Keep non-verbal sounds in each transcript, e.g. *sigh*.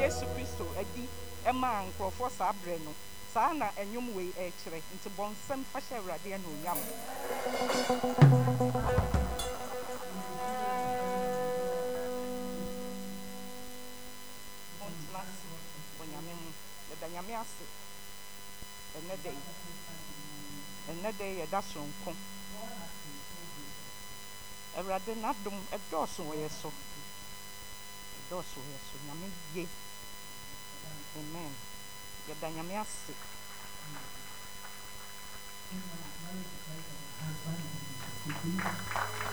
yesu kristo adi ɛmaa nkurɔfoɔ saa berɛ no saa na ɛnwom wei ɛrekyerɛ nti bɔ nsɛm fa hyɛ awurade anuonyam ɔntena ase wɔ nyame mu yɛda nyame ase ɛnɛ dɛ ɛnɛ dɛ yɛda sononko awurade n'adom ɛdɔɔso wɔ yɛ so ɛdɔɔso wɔ yɛ so nyame ye amen yɛda nyame ase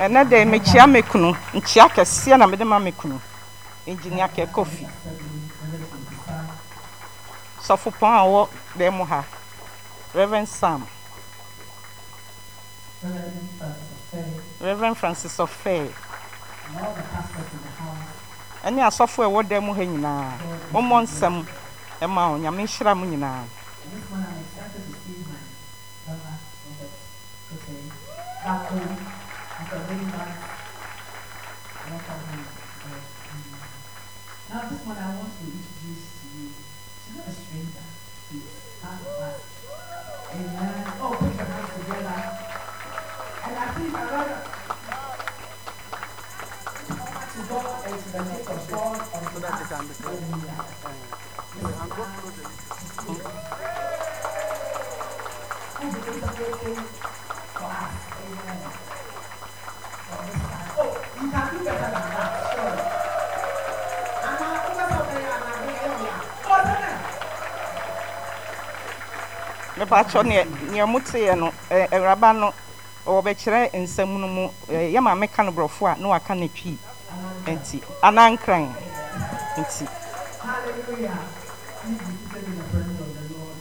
ɛnɛ dɛ mekyia me kunu nkyia kɛseɛ na mede ma me kunu engineer kɛkɔfi sɔfo pɔn a ɔwɔ dɛm mu ha reverend sam reverend francis ɔfɛɛ ɛne asɔfo a ɛwɔ dɛm mu ha nyinaa wɔmmɔ nsɛm ɛma wo nyame nhyira mu nyinaa Now this one I want to introduce to you. She's not a stranger. She's part of us. Amen. Oh, put your hands together. And I think I rather to God and to the name of God and to us. Hallelujah. Who became the great thing for us. Amen. For this time. Oh, you can do better than that. Surely. Ama, who was up there? Ama, they are here. Oh, no, no. mepakyɛ neɛ neɛ moteɛ no ɛ- awuraba no wɔbɛkyerɛ nsɛm no mu ɛ, yɛ maame ka no borɔfo a na waka no twii nti anaa nkran nti Hallelujah. Please be seated in the presence of the Lord.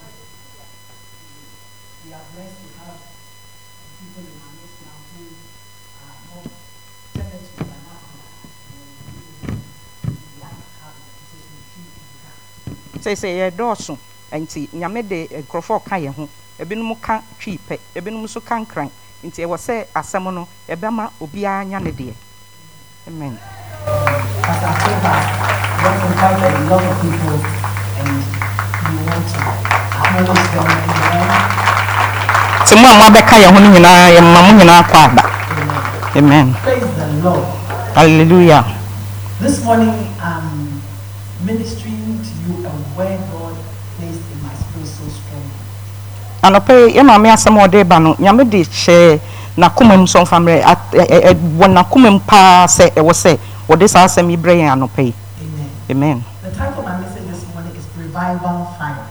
We are blessed to have people in our midst now who are more tended to the natural than people who like have the position of truth and God. sɛsɛ yɛdɔɔso nti nyame de nkurɔfoɔ ka yɛn ho ebinom ka twii pɛ ebinom nso ka nkran nti ɛwɔ sɛ asɛm no ɛbɛma obiara nya ne deɛ amen Pastor Favor has invited a lot of people and you want to acknowledge them and you want nti mo a moabɛka yɛn ho no nyinaa yɛma mo nyinaa kɔ aba amen praise the Lord. hallelujah This morning, I'm ministering to you a word God placed in my spirit so strongly. anɔpɛ yi yɛ maame asɛm a ɔde ba no nyame de hyɛ n'akoma mu sɔnfa mmerɛ At- ɛ- ɛ- ɛ- wɔ n'akoma mu paa sɛ ɛwɔ sɛ wɔde saa asɛm yi brɛ yɛn anɔpɛ yi Amen. amen The title of my message this morning is Revival Fires.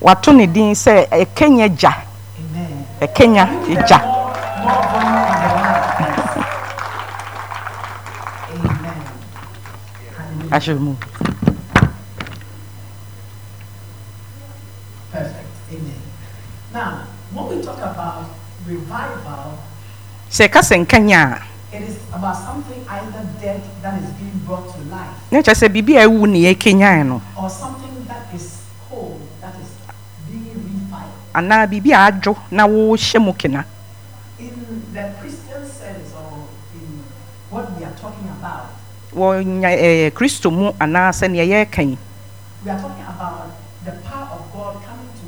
wato ne din sɛ ɛkenya gya Amen. ɛkenya Can you give them gya More, more volume in the mic, please? Amen. Hallelujah. ahyɛ mu Perfect. Amen. Now, when we talk about revival, sɛ ɛka sɛ nkenya a it is about something either dead that is being brought to life na kyerɛ sɛ biribi a ɛwu ne yɛkenyae no or something that is cold, that is being refired. anaa biribi a adwo na wɔhyɛ mu kena In the Christian sense or in what we are talking about, wɔ nya ɛɛ kristo mu anaa sɛ neɛ yɛreka yi we are talking about the power of God coming to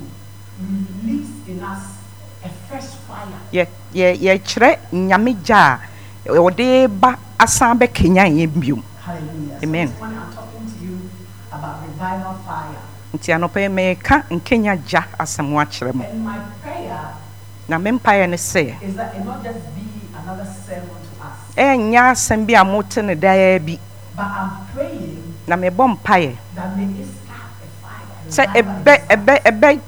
release in us a fresh fire. yɛ yɛ yɛkyerɛ nyame gya a ɔde ba asan bɛkenya yɛn biom Hallelujah. Amen. So this morning I'm talking to you about revival fire. nti anɔpɛ yi, mereka nkenya gya asɛm no akyerɛ mo And my prayer na me mpaeɛ ne sɛ is that it not just be another sermon to us, ɛnyɛ asɛm bi a mote ne daa bi but I'm praying na mebɔ mpaeɛ that may it start a fire. sɛ revival in ɛbɛ us. ɛbɛ ɛbɛ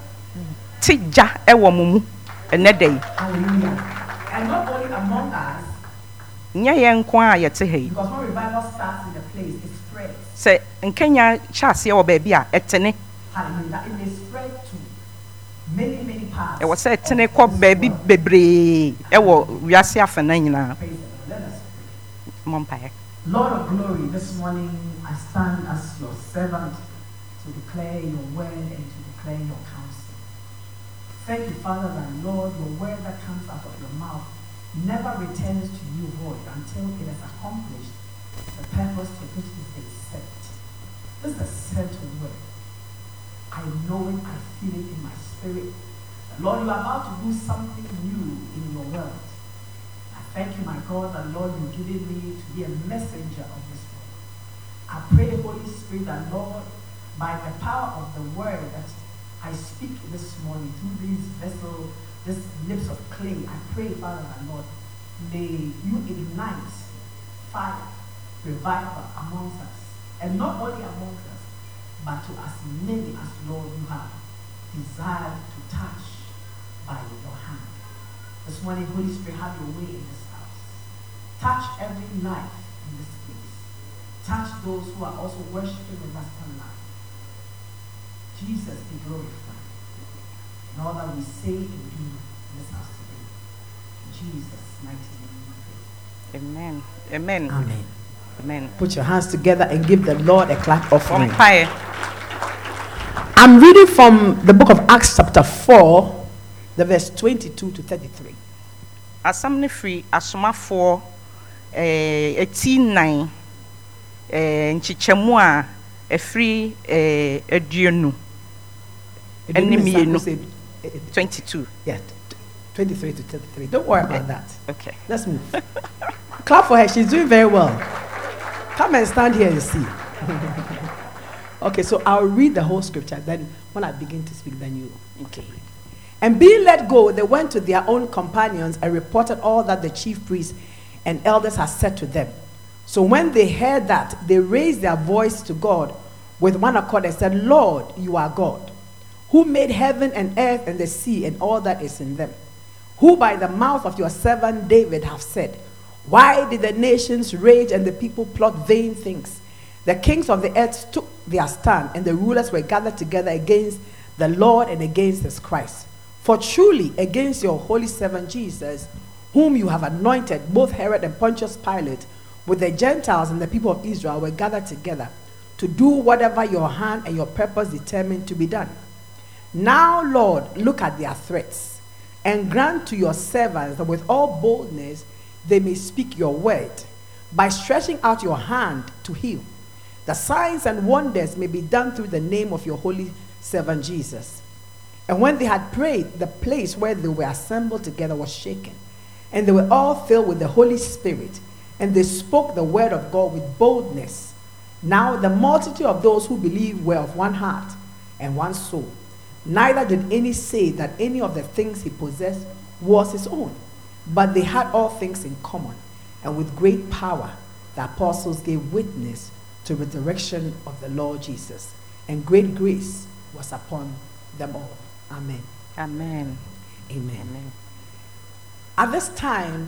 te gya ɛwɔ mo mu ɛnɛ da yi Hallelujah. And not only among us, nyɛ yɛn nko ara a yɛte ha yi because when revival starts in a place, it spreads. sɛ nkenya hyɛ aseɛ wɔ baabi a ɛtene Hallelujah. It may spread to many, many parts. ɛwɔ sɛ of ɛtene kɔ this baabi world. bebree ɛwɔ wiase afɛnɛ nyinaa Praise the Lord. Let us pray. mɔ mpaeɛ Lord of glory, this morning I stand as your servant to declare your word and to declare your counsel. Thank you, Father, that Lord, your word that comes out of your mouth never returns to you void until it has accomplished the purpose for which it is set. This is a settled word. I know it, I feel it in my spirit. Lord, you are about to do something new in your world. I thank you, my God, that Lord, you've given me to be a messenger of this word. I pray, Holy Spirit, that Lord, by the power of the word that I speak this morning through these vessel, these lips of clay, I pray, Father and Lord, may you ignite fire, revival amongst us. And not only amongst us, but to as many as, Lord, you have desired to touch by your hand. This morning, Holy Spirit, have your way in this house. Touch every life in this place. Touch those who are also worshiping with us online. Jesus be glorified. And all that we say and do in this house today. In Jesus' mighty name we pray. Amen. Ah. Amen. Amen. Amen. Put your hands together and give the Lord a clap offering. Ɔmpaeɛ. I'm reading from the book of Acts, chapter 4, the verse 22 to 33. asɛm no firi asomafoɔ eh, eti nan eh, nkyekyɛmu a ɛfiri eh, aduonu Ebinom Ɛne nsa mmienu. sɛ- eh, eh, 22 Yeah, t- t- 23 to 33. Don't worry about that. okay Let's move. Clap for her. She's doing very well. Come and stand here and see. okay, so I'll read the whole scripture. Then, when I begin to speak, then you. okay And being let go, they went to their own companions and reported all that the chief priests and elders had said to them. So when they heard that, they raised their voice to God with one accord and said, Lord, you are God, who made heaven and earth and the sea and all that is in them, who by the mouth of your servant David have said, Why did the nations rage and the people plot vain things? The kings of the earth took their stand, and the rulers were gathered together against the Lord and against his Christ. For truly, against your holy servant Jesus, whom you have anointed, both Herod and Pontius Pilate, with the Gentiles and the people of Israel, were gathered together to do whatever your hand and your purpose determined to be done. Now, Lord, look at their threats and grant to your servants that with all boldness they may speak your word by stretching out your hand to heal. The signs and wonders may be done through the name of your holy servant Jesus. And when they had prayed, the place where they were assembled together was shaken. And they were all filled with the Holy Spirit, and they spoke the word of God with boldness. Now the multitude of those who believed were of one heart and one soul. Neither did any say that any of the things he possessed was his own, but they had all things in common. And with great power, the apostles gave witness to the resurrection of the Lord Jesus, and great grace was upon them all. Amen. amen Amen. amen At this time,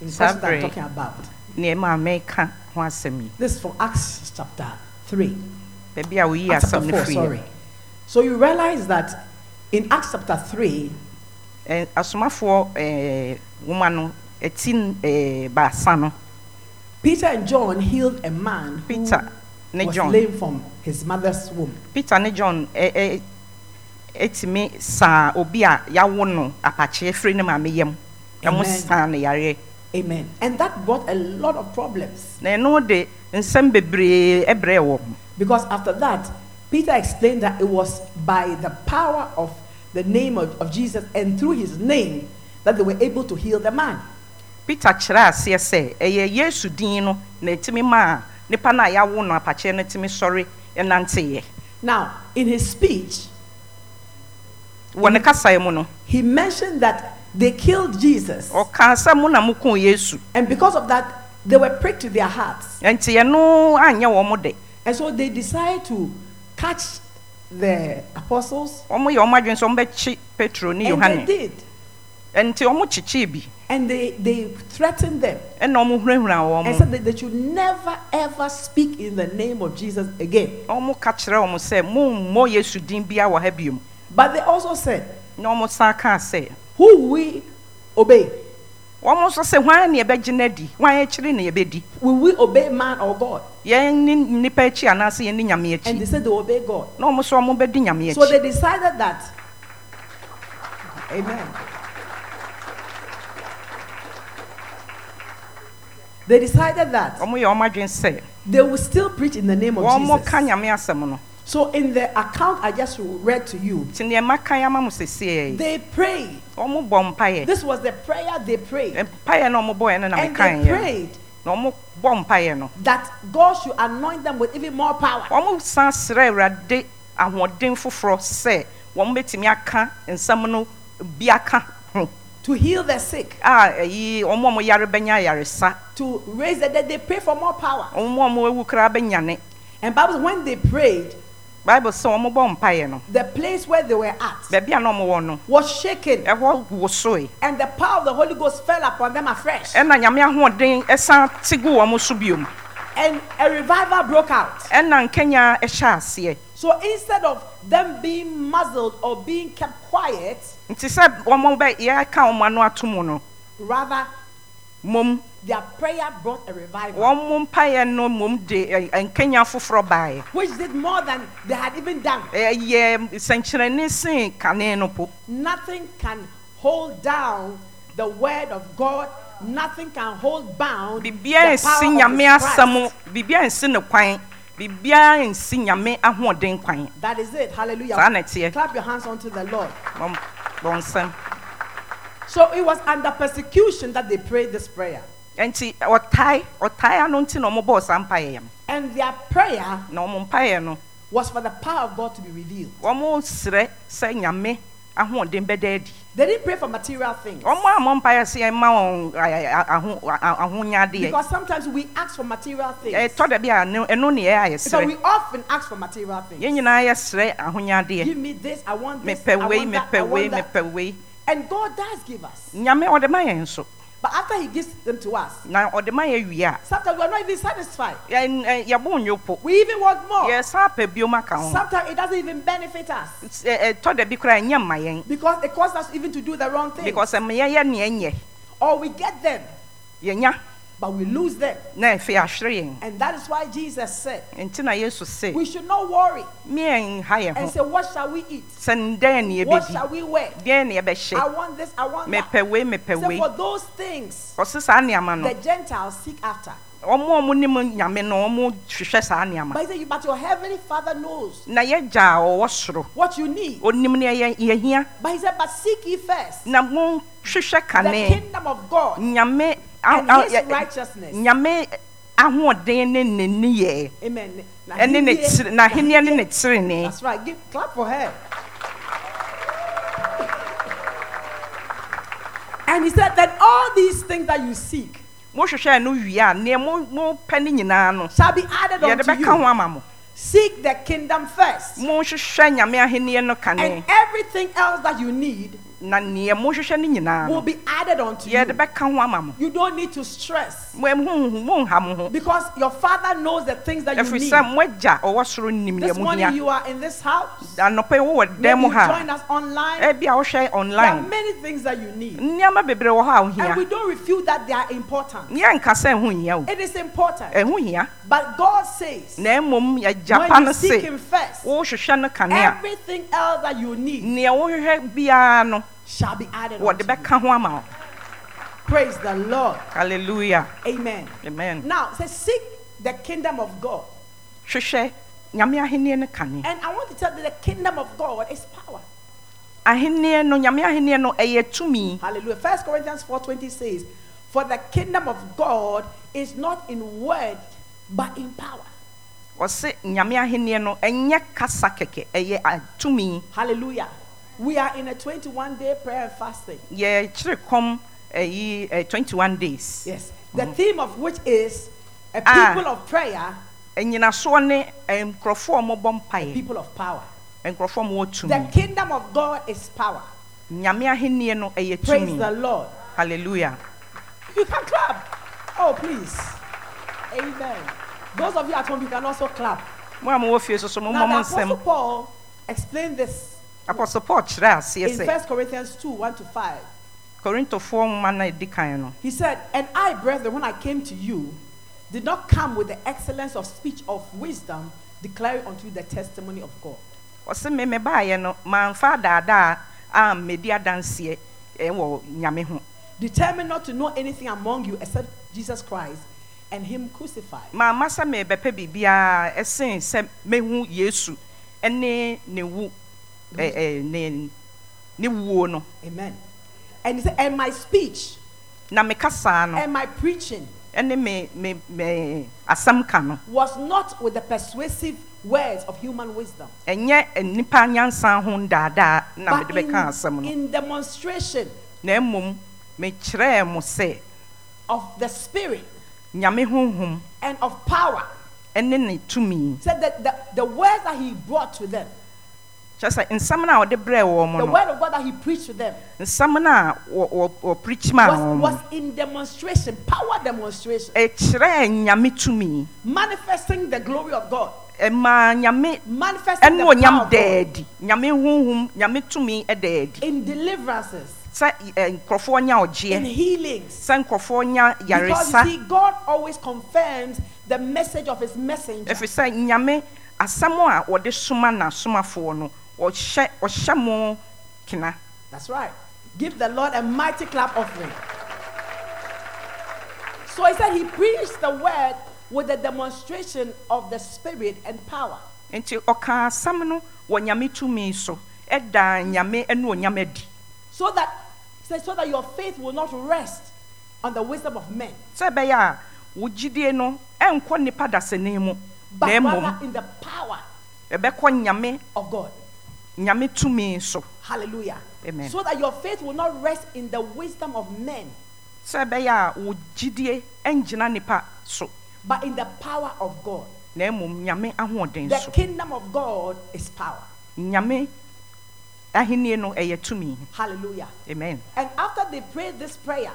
in the Sabri. passage I'm talking about, nneɛma a mɛka ho asɛm yi this is from Acts chapter 3. baabi a woyi Acts asɛm chapter no 4, firi sorry. So you realize that in Acts chapter 3, Eh, asomafoɔ eh, nwoma no eti eh, baasa no Peter and John healed a man who peter ne was john lame from his mother's womb. peter ne john eh, eh, etumi saa obi a yawo no apakye efiri ne maame yam ɛmo Amen. saa ne yareɛ Amen. And that brought a lot of problems na ɛno de nsɛm bebree ɛbrɛ wɔ because after that, Peter explained that it was by the power of the name of, of Jesus and through his name that they were able to heal the man. peter kyerɛ aseɛ sɛ ɛyɛ yesu din no na etumi maa nipa no a yawo no apakye no tumi sɔre ɛnanteeɛ Now, in his speech, wɔ ne kasaeɛ mu no he mentioned that they killed Jesus. ɔkaa sɛ mo na mokoo yesu And because of that, they were pricked to their hearts. ɛnti ɛno anyɛ wɔn mo de And so they decided to catch the apostles. wɔn yɛ wɔn adwene sɛ wɔn bɛkye petro ne And they yohane did. ɛnti wɔn kyekyee bi And they, they threatened them ɛna wɔn hunahuna wɔn and said that they should never, ever speak in the name of Jesus again. ɔmo ka kyerɛ ɔmo sɛ mommɔ yesu din bia wɔ ha biom But they also said, na ɔmo san kaa sɛ Who will we obey? ɔmo nso sɛ hwan ne yɛbɛgye no adi hwan akyiri ne yɛbɛdi Will we obey man or God? yɛn ne nnipa akyi anaasɛ yɛn ne nyame And they akyi said they obey God. na ɔmo sɛ ɔmo bɛdi nyame So akyi they decided that. Amen. They decided that wɔn yɛ wɔn adwene sɛ they will still preach in the name of wɔn ka Jesus. nyame asɛm no So, in the account I just read to you, nti nea maka yi ama mo sesie they prayed. wɔn bɔ mpaeɛ This was the prayer they prayed. mpaeɛ no wɔn bɔeɛ no na And meka they yɛ prayed na wɔn bɔ mpaeɛ no that God should anoint them with even more power. wɔn san srɛ awurade ahoɔden foforɔ sɛ wɔn bɛtumi aka nsɛm no bi aka ho to heal the sick, a ɛyi wɔn a wɔn yare bɛnya ayaresa to raise the dead. They pray for more power. wɔn a wɔn awu koraa bɛnyane And Bible, says when they prayed, bible sɛ wɔn bɔ mpaeɛ no the place where they were at baabi a na wɔn wɔ no was shaken, ɛhɔ wosoe and the power of the Holy Ghost fell upon them afresh, ɛna nyame ahoɔden ɛsan te gu wɔn so biom and a revival broke out. ɛna nkanya ɛhyɛ aseɛ So instead of them being muzzled or being kept quiet, nti sɛ wɔn bɛ yɛka wɔn ano ato mu no rather mmom their prayer brought a revival, wɔn mo mpaeɛ no mmom de ɛ- ɛ- nkanya foforɔ baeɛ which did more than they had even done. ɛyɛ nsɛnkyerɛnne sen kane no po Nothing can hold down the word of God. Nothing can hold bound the biribiara nsi power of nyame His asɛm Christ. biribiara nsi ne kwan biribiara nsi nyame ahoɔden kwan That is it. Hallelujah. saa na ɛteɛ Clap your hands unto the Lord. Wɔn- wɔn nsɛm So it was under persecution that they prayed this prayer. nti ɔtae ɔtae ano nti na ɔmobɔɔ saa mpaeɛ no And their prayer na ɔmo mpaeɛ no was for the power of God to be revealed. wɔn serɛ sɛ nyame ahoɔden bɛda adi They didn't pray for material things. wɔn a wɔn mpaeɛ se ɛma wɔn ay- ay- ay- aho a- ahonyadeɛ Because sometimes we ask for material things. ɛtɔ da bi a ɛno ɛno ne yɛ ayɛ Because we serɛ often ask for material things. yɛn nyinaa yɛ serɛ ahonyadeɛ Give me this, I want this, I mepɛ wei want that, I mepɛ wei want that. mepɛ wei And God does give us. nyame ɔde ma yɛn so But after he gives them to us, na ɔde ma yɛ wie a sometimes we're not even satisfied. yɛn- ɛ, yɛbo nwo po We even want more. yɛsan apɛ biom aka ho Sometimes it doesn't even benefit us. S- ɛ- ɛ, ɛtɔ da bi koraa ɛnyɛ mma yɛn Because it costs us even to do the wrong thing. because ɛma yɛyɛ nea ɛnyɛ Or we get them, yɛnya but we lose them. na afei ahwere yɛn And that is why Jesus said, nti na yesu se we should not worry meɛ nha yɛ and ho say, What shall we eat? sɛ ndɛn ne What shall yɛbɛdi we wear? dɛn ne I yɛbɛhyɛ want this, I want that. mepɛ wei mepɛ So wei for those things ɔse saa nneɛma the no Gentiles seek after. ɔmo a ɔmo nim nyame no ɔmo hwehwɛ saa nneɛma But he said, "You- But your heavenly father knows na yɛgya a ɔwɔ soro what you need. onim ne yɛ yɛhia But he said, But seek ye first na mo hwehwɛ the kane kingdom of God nyame a- and a- his yɛ- righteousness. nyame ahoɔden ne ne nneyɛɛ Amen. Now, ɛne ne he- tiri n'ahenni ne ne tirinii That's right. Give clap for her. And he said that all these things that you seek mo hwehwɛ no wie a nea mo mo pɛ ne nyinaa no shall be added yɛde unto bɛka ho you. ama mo Seek the kingdom first. mo hwehwɛ nyame ahenni no and kane everything else that you need na nea mo hwehwɛ ne nyinaa will no be added unto yɛde you. bɛka ho ama mo You don't need to stress mo mo mo nha mo ho because your father knows the things that you ɛfiri need. sɛ mo agya ɔwɔ soro nim nea This mo morning hia you are in this house. anɔpɛ yi wowɔ Maybe dan mu you ha join us online. ebi a wohwɛ There are online many things that you need, nneɛma bebree wɔ hɔ a and we wohia don't refute that they are important. yɛnka sɛ ɛho hia o It is important, ɛho hia but God says na mmom yɛgya pa when no you se seek Him first, wohwehwɛ no kane a everything else that you need nea wohwehwɛ biara no shall be added. wɔde unto you. bɛka ho ama wo Praise the Lord. hallelujah Amen. amen Now, say seek the kingdom of God. hwehwɛ nyame ahenni no kane And I want to tell you the kingdom of God is power. ahenni no nyame ahenni no ɛyɛ tumi Hallelujah. First Corinthians 4:20 says, For the kingdom of God is not in word, but in power. ɔse nyame ahenni no ɛnyɛ kasa kɛkɛ ɛyɛ a- tumi Hallelujah. We are in a 21-day prayer and fasting. yɛkyerɛ kɔm eh, ɛyi ɛ 21 days Yes. The theme of which is a Ah. people of prayer, ɛnyinasoɔ ne ɛ, nkurɔfoɔ a mobɔ mpaeɛ people of power. nkurɔfoɔ a mowɔ The tumi kingdom of God is power. nyame ahenni no ɛyɛ Praise the tumi Lord. hallelujah You can clap. Oh, please. Amen. Those of you at home, you can also clap. mo a mowɔ fie so so mommɔ Now, the mo Apostle nsɛm Paul explained this apostle paul kyerɛ aseɛ in sɛ 1 Corinthians 2 1 to 5. korintofoɔ nwoma no a ɛdi kan no He said, And I, brethren, when I came to you, did not come with the excellence of speech of wisdom, declaring unto you the testimony of God. ɔsɛ me mebaeɛ no mamfa adaadaa a medi adanseɛ ɛwɔ nyame ho Determined not to know anything among you except Jesus Christ and Him crucified. maama sɛ merebɛpɛ biribiara ɛsen sɛ mehu yesu ɛne ne wu ɛ ɛ ne ne wuo no Amen. And he said, and my speech na me kasaa no and my preaching ɛne me me me asɛm ka no was not with the persuasive words of human wisdom, ɛnyɛ nnipa nyansa ho ndaadaa na but mede bɛka asɛm in, no in demonstration na mmom mekyerɛɛ mo sɛ of the Spirit nyame honhom and of power. ɛne ne tumi Said that the, the words that he brought to them, kyerɛ sɛ nsɛm no a wɔde brɛɛ wɔ mo the no word of God that he preached to them, nsɛm no a wɔ- wɔ- wɔpirikyima wɔ was, mo no was in demonstration, power demonstration, ɛkyerɛɛ nyame tumi manifesting the glory of God, ɛmaa nyame manifesting ɛne the power onyam of God daadi nyame honhom nyame tumi ɛda adi in deliverances, sɛ ɛ, nkurɔfoɔ nya in ɔgyeɛ healings. sɛ nkurɔfoɔ nya Because you see, yaresa God always confirms the message of his messenger. ɛfiri sɛ nyame asɛm a wɔde soma n'asomafoɔ no ɔhyɛ ɔhyɛ mo kena That's right. Give the Lord a mighty clap offering. So he said he preached the word with the demonstration of the spirit and power. nti ɔkaa asɛm no wɔ nyame tumi so ɛdaa nyame ɛne onyam adi So that so so that your faith will not rest on the wisdom of men, sɛ ɛbɛyɛ a wo gyidie no ɛnkɔ nnipa dasani mu na but mmom rather in the power ɛbɛkɔ nyame of God. nyame tumi so Hallelujah. Amen. So that your faith will not rest in the wisdom of men, sɛ ɛbɛyɛ a wo gyidie ɛngyina nnipa so but in the power of God. na mmom nyame ahoɔden The so kingdom of God is power. nyame ahenni no ɛyɛ tumi Hallelujah. amen And after they prayed this prayer,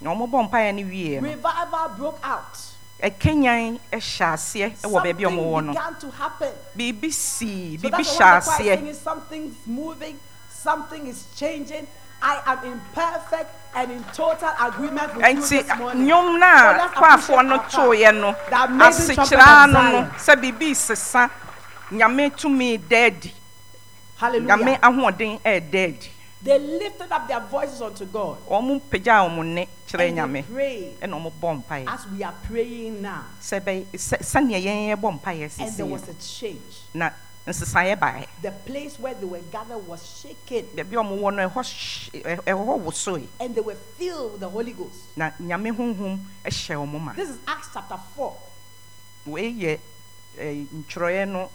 na ɔmobɔ mpaeɛ no wieɛ no revival broke out. ɛkanyan hyɛ aseɛ wɔ baabi a ɔmowɔ Something no began to happen. biribi sii So biribi that's hyɛ why the choir is aseɛ singing, something's moving, something is changing. I am in perfect and in total agreement with you nti this morning. nnwom no So a let's kwaafoɔ appreciate no our Father. tooeɛ no The amazing trumpet asekyerɛ of no no Zion. sɛ biribi sesa nyame tumi daadi nyame Hallelujah. ahoɔden ɛɛdaadi They lifted up their voices unto God. ɔmo pagyaa ɔmo nne kyerɛ And they nyame prayed ɛna ɔmobɔ mpaeɛ as we are praying now. sɛ ɛbɛyɛ- sɛ- sɛneɛ yɛn yɛbɔ mpaeɛ And there was sisi a change. na nsesaeɛ baeɛ The place where they were gathered was shaken. baabi a ɔmowɔ no ɛhɔ hye- ɛ- ɛhɔ wosoe And they were filled with the Holy Ghost. na nyame honhom ɛhyɛ ɔmo ma This is Acts chapter 4. wei yɛ eh, ntwerɛeɛ no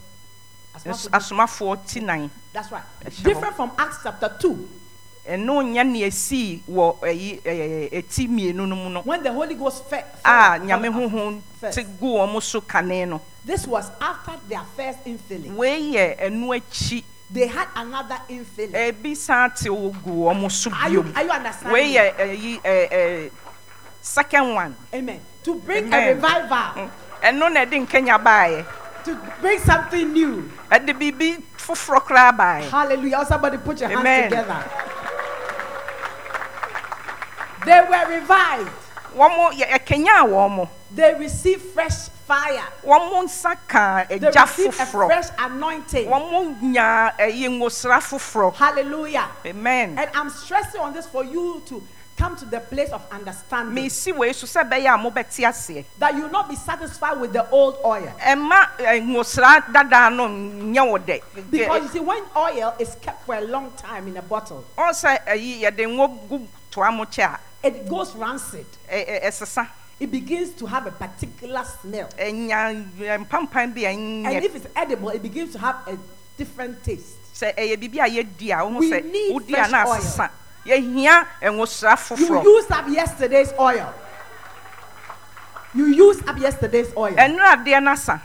As much as- as we- asomafoɔ ti nan That's right. Yes, Different from Acts chapter 2, ɛno nyɛ ne ɛsii wɔ ɛyi ɛɛ ɛti mmienu no mu no when the Holy Ghost fell. fell a upon Ah, nyame us honhom first. te gu wɔn so kane no This was after their first infilling. wei yɛ ɛno akyi They had another infilling. ɛbi san te wo gu wɔn so are, you, biom are you understanding? wei yɛ ɛyi ɛɛ ɛɛ second one Amen. To bring a Amen. revival, Mm. ɛno na ɛde nkenya baeɛ to bring something new. ɛde biribi foforɔ koraa baeɛ Hallelujah. Somebody put your Amen. hands together. They were revived. wɔn yɛ ɛkenya wɔn They received fresh fire. wɔn nsa kaa They ɛgya received a foforɔ fresh anointing. wɔn nyaa ɛyi ngosra foforɔ Hallelujah. amen. And I'm stressing on this for you to come to the place of understanding mesi wei so sɛ ɛbɛyɛ a mobɛte aseɛ that you'll not be satisfied with the old oil. ɛma eh, nwosra dadaa no nyɛ wo dɛ Because you see, when oil is kept for a long time in a bottle, ɔn sɛ ayi yɛde ngo gu toa mo kyɛ a it goes rancid. ɛ- ɛ- ɛsesa It begins to have a particular smell. ɛnya ɛ, mpampan bi a And ɛnyɛ if it's edible, it begins to have a different taste. sɛ ɛyɛ biribi a yɛdi a wohu We sɛ need wodi a na fresh oil. asesa yɛhia nwosra You foforɔ used up yesterday's oil. You used up yesterday's oil. ɛno adeɛ no asa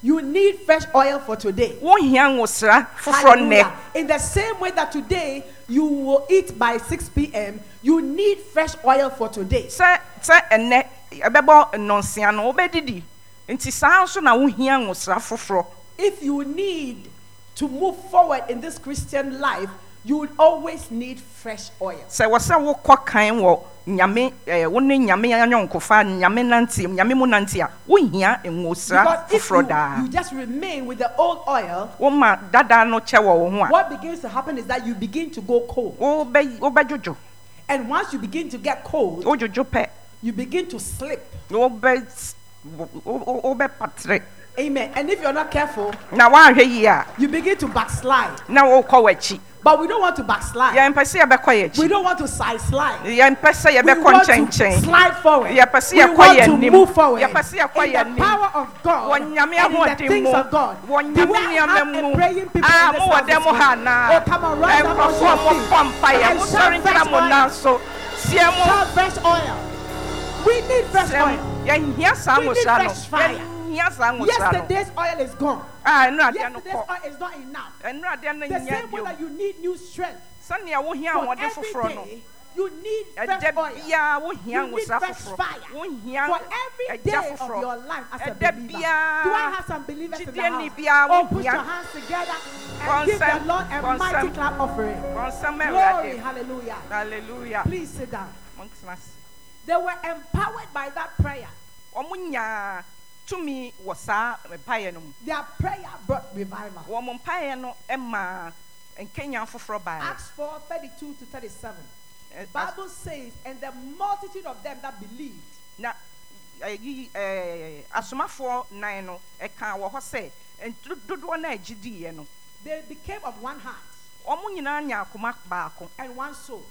you need fresh oil for today. wohia nwosra foforɔ Hallelujah. nnɛ In the same way that today you will eat by 6 p.m., you need fresh oil for today. sɛ sɛ ɛnɛ ɛbɛbɔ nnɔnsea no wobɛdidi nti saa nso na wohia nwosra foforɔ If you need to move forward in this Christian life, you will always need fresh oil. sɛ wɔ sɛ wokɔ kan wɔ nyame ɛɛ wo ne nyame anyɔnkofa nyame nante nyame mu nante a wohia nwosra Because if foforɔ you, daa you just remain with the old oil, woma dadaa no kyɛ wɔ wo ho a what begins to happen is that you begin to go cold. wobɛ- wobɛdwodwo And once you begin to get cold, wodwodwo pɛ you begin to slip. na wobɛ s- wo- wo- wo- wobɛpatere Amen. And if you're not careful, na woanhwɛ yie a you begin to backslide. na wokɔ w'akyi But we don't want to backslide. yɛmpɛ sɛ yɛbɛkɔ yɛ We akyi don't want to side slide. yɛmpɛ sɛ We yɛbɛkɔ want to nkyɛnkyɛn slide forward. Yɛpɛ sɛ we yɛkɔ want yɛn to anim. move forward. Yɛpɛ sɛ yɛkɔ in yɛn the anim. power of God wɔ nyame and in the ahoɔden things mu of God. wɔ Do nyame we nneɛma have mu a praying people a in the mowɔ dɛ service mo ha room? anaa Oh, come on, rise up on nkurɔfoɔ a your feet mofɔ mpaeɛ and shout mosɔre ntena fresh mo oil. nan so teɛ mu Shout fresh oil. We need fresh teɛ oil. mu yɛhia saa We need nwosa no fresh fire. yɛhia saa nwosa no Yesterday's oil is gone. a ɛnuradeɛ no Yesterday's kɔ oil is not enough. ɛnuradeɛ no The nya same way bio that you need new strength sɛnea wohia for ahoɔden every foforɔ no day, you need fresh ɛda oil. biara wohia You need nwosa fresh foforɔ fire. wohia for every ɛgya day of your foforɔ life as a Ɛda believer. Do biara, I have some believers in the Gideoni house? biara Oh, put wohia. your hands together Bonsam, and give the Lord a mighty bonsam. clap offering. bɔnsɛm Glory, awurade hallelujah. haleluya Please sit down. montena ase They were empowered by that prayer. ɔmo nyaa tumi wɔ saa mpaeɛ no mu Their prayer brought revival. wɔ mo mpaeɛ no maa nkenya foforɔ baa Acts 4 32 to 37. Ɛ- The Bible says, and the multitude of them that believed, na ayi ɛɛ asomafoɔ nan no ɛka wɔ hɔ sɛ ntu- dodoɔ no a agye diiɛ no they became of one heart ɔmo nyinaa nya akoma baako and one soul.